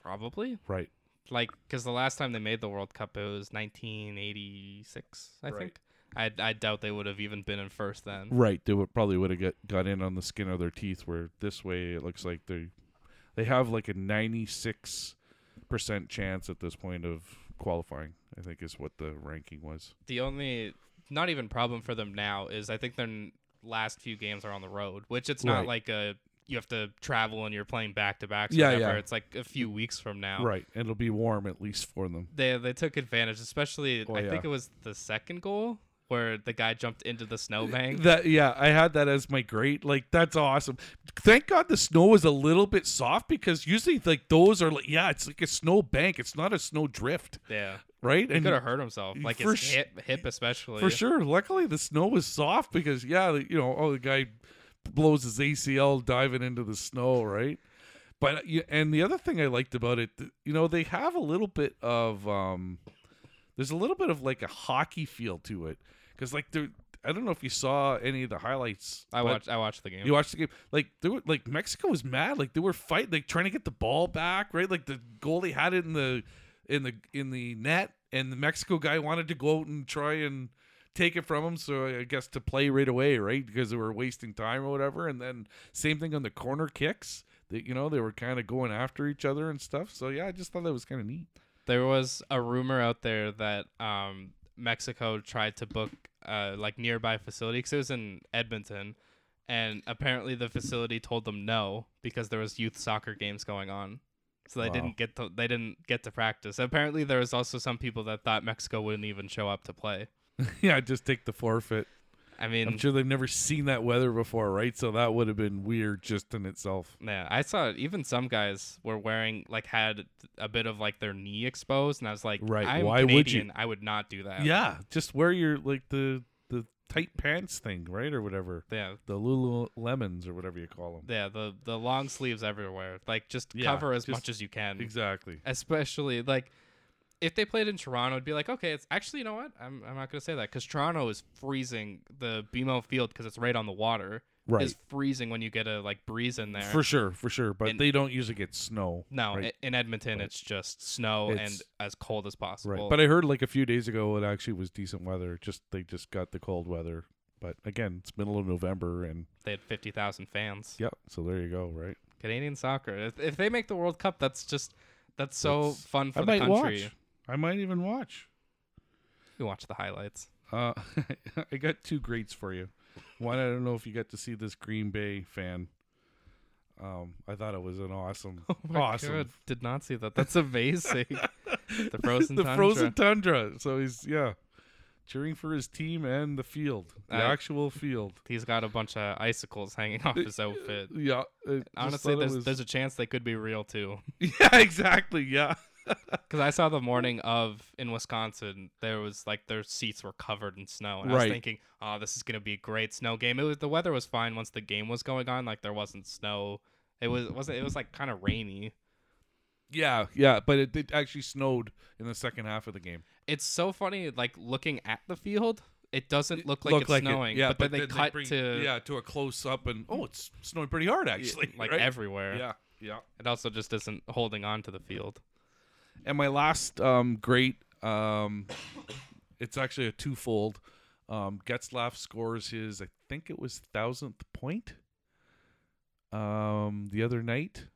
A: probably.
B: Right.
A: like because the last time they made the World Cup it was 1986, I
B: Right.
A: think. I I doubt they would have even been in first then.
B: Right, they would probably would have got, got in on the skin of their teeth. Where this way, it looks like they they have like a ninety six percent chance at this point of qualifying. I think is what the ranking was.
A: The only not even problem for them now is I think their n- last few games are on the road, which it's not
B: Right.
A: like a you have to travel and you're playing back to back.
B: Yeah,
A: Yeah,
B: yeah.
A: It's like a few weeks from now.
B: Right, and it'll be warm at least for them.
A: They they took advantage, especially
B: Oh,
A: I
B: yeah.
A: think it was the second goal where the guy jumped into the snowbank.
B: That yeah, I had that as my great. Like that's awesome. Thank God the snow was a little bit soft because usually like those are like yeah, it's like a snow bank. It's not a snow drift,
A: yeah,
B: right?
A: he
B: And
A: could have hurt himself, like
B: for
A: his
B: sh-
A: hip hip especially.
B: for sure, luckily the snow was soft because yeah, the- you know, oh the guy blows his ACL diving into the snow, right? But uh, yeah, and the other thing I liked about it, th- you know, they have a little bit of um, there's a little bit of like a hockey feel to it because like there, I don't know if you saw any of the highlights.
A: I
B: but-
A: watched I watched the game.
B: You watched the game, like they were like Mexico was mad, like they were fighting, like trying to get the ball back, right? Like the goalie had it in the in the in the net, and the Mexico guy wanted to go out and try and take it from him. So I guess to play right away, right? Because they were wasting time or whatever. And then same thing on the corner kicks. That you know they were kind of going after each other and stuff. So yeah, I just thought that was kind of neat.
A: There was a rumor out there that um, Mexico tried to book uh, like nearby facility because it was in Edmonton, and apparently the facility told them no because there was youth soccer games going on, so they
B: Wow.
A: didn't get to they didn't get to practice. Apparently, there was also some people that thought Mexico wouldn't even show up to play.
B: yeah, just take the forfeit.
A: I mean,
B: I'm sure they've never seen that weather before, right? So that would have been weird just in itself.
A: Yeah, I saw even some guys were wearing like had a bit of like their knee exposed, and I was like,
B: Right,
A: I'm
B: why would you?"
A: Canadian, I would not do that.
B: Yeah, just wear your like the the tight pants thing, right, or whatever.
A: yeah,
B: The Lululemons or whatever you call them.
A: yeah. The the long sleeves everywhere, like just
B: Yeah,
A: cover as
B: just-
A: much as you can.
B: Exactly.
A: Especially like if they played in Toronto, it'd be like, okay, it's actually you know what, I'm I'm not gonna say that because Toronto is freezing. The BMO Field because it's right on the water
B: Right.
A: is freezing when you get a like breeze in there.
B: For sure, for sure. But
A: And-
B: they don't usually get snow.
A: no,
B: right.
A: i- in Edmonton, it's just snow and
B: It's-
A: as cold as possible.
B: Right. But I heard like a few days ago it actually was decent weather. Just they just got the cold weather. But again, it's middle of November and
A: they had fifty thousand fans.
B: yeah, so there you go, right?
A: Canadian soccer. If, if they make the World Cup, that's just that's so
B: That's-
A: fun for
B: I
A: the
B: might
A: country.
B: watch. I might even watch.
A: You watch the highlights.
B: Uh, I got two greats for you. One, I don't know if you got to see this Green Bay fan. Um, I thought it was an awesome,
A: Oh
B: awesome
A: Did not see that. That's amazing. the frozen
B: the
A: tundra.
B: frozen tundra. So he's yeah, cheering for his team and the field, the
A: I-
B: actual field.
A: He's got a bunch of icicles hanging off his outfit.
B: Yeah, I just
A: Honestly,
B: thought it
A: there's
B: was-
A: there's a chance they could be real too.
B: yeah, exactly, yeah.
A: Because I saw the morning of in Wisconsin, there was like their seats were covered in snow, and I
B: Right.
A: was thinking, oh, this is gonna be a great snow game. It was the weather was fine once the game was going on. Like there wasn't snow. It was wasn't. It was like kind of rainy.
B: Yeah, yeah, but it, it actually snowed in the second half of the game.
A: it's so funny like looking at the field it doesn't look like it's snowing
B: yeah,
A: but, then they cut
B: bring-
A: to
B: yeah to a close up, and oh, it's snowing pretty hard actually.
A: like
B: right?
A: everywhere
B: yeah, yeah.
A: it also just isn't holding on to the field
B: And my last um, great, um, it's actually a twofold. Um, Getzlaff scores his, I think it was thousandth point um, the other night.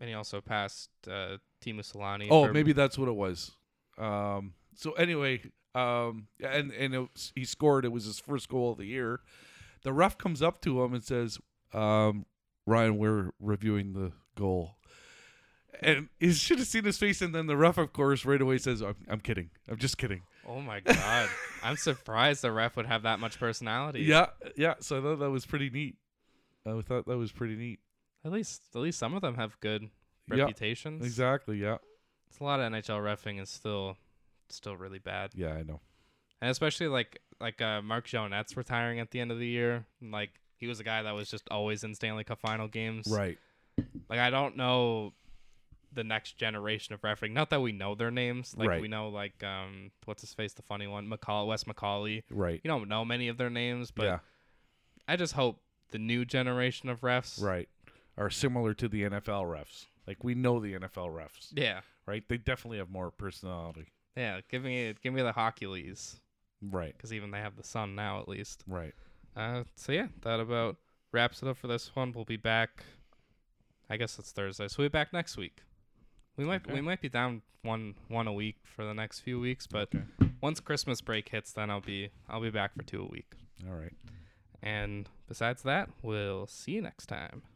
A: and he also passed uh Timu Solani
B: Oh,
A: for-
B: maybe that's what it was. Um, so anyway, um, and and it was, he scored. It was his first goal of the year. The ref comes up to him and says, um, "Ryan, we're reviewing the goal." And he should have seen his face. And then the ref, of course, right away says, "I'm, I'm kidding. I'm just kidding."
A: oh my god i'm surprised the ref would have that much personality
B: Yeah, yeah. So I thought that was pretty neat. I thought that was pretty neat.
A: at least at least some of them have good
B: Yeah,
A: reputations
B: Exactly. Yeah.
A: it's a lot of nhl refing is still still really bad
B: Yeah, I know.
A: and especially like like uh, Mark Jonette's retiring at the end of the year. And, like he was a guy that was just always in Stanley Cup final games.
B: Right.
A: Like I don't know the next generation of refereeing. Not that we know their names. Like
B: Right.
A: we know like um what's his face, the funny one, McCall Wes McCauley.
B: Right.
A: You don't know many of their names, but
B: yeah.
A: I just hope the new generation of refs.
B: Right. Are similar to the NFL refs. Like we know the NFL refs,
A: Yeah.
B: right? They definitely have more personality.
A: Yeah. Give me give me the Hockey lees.
B: Right.
A: because even they have the sun now at least.
B: Right.
A: Uh, so yeah, that about wraps it up for this one. We'll be back. I guess it's Thursday, so we'll be back next week. We might
B: Okay.
A: we might be down one one a week for the next few weeks, but
B: Okay.
A: once Christmas break hits, then I'll be I'll be back for two a week.
B: All right.
A: And besides that, we'll see you next time.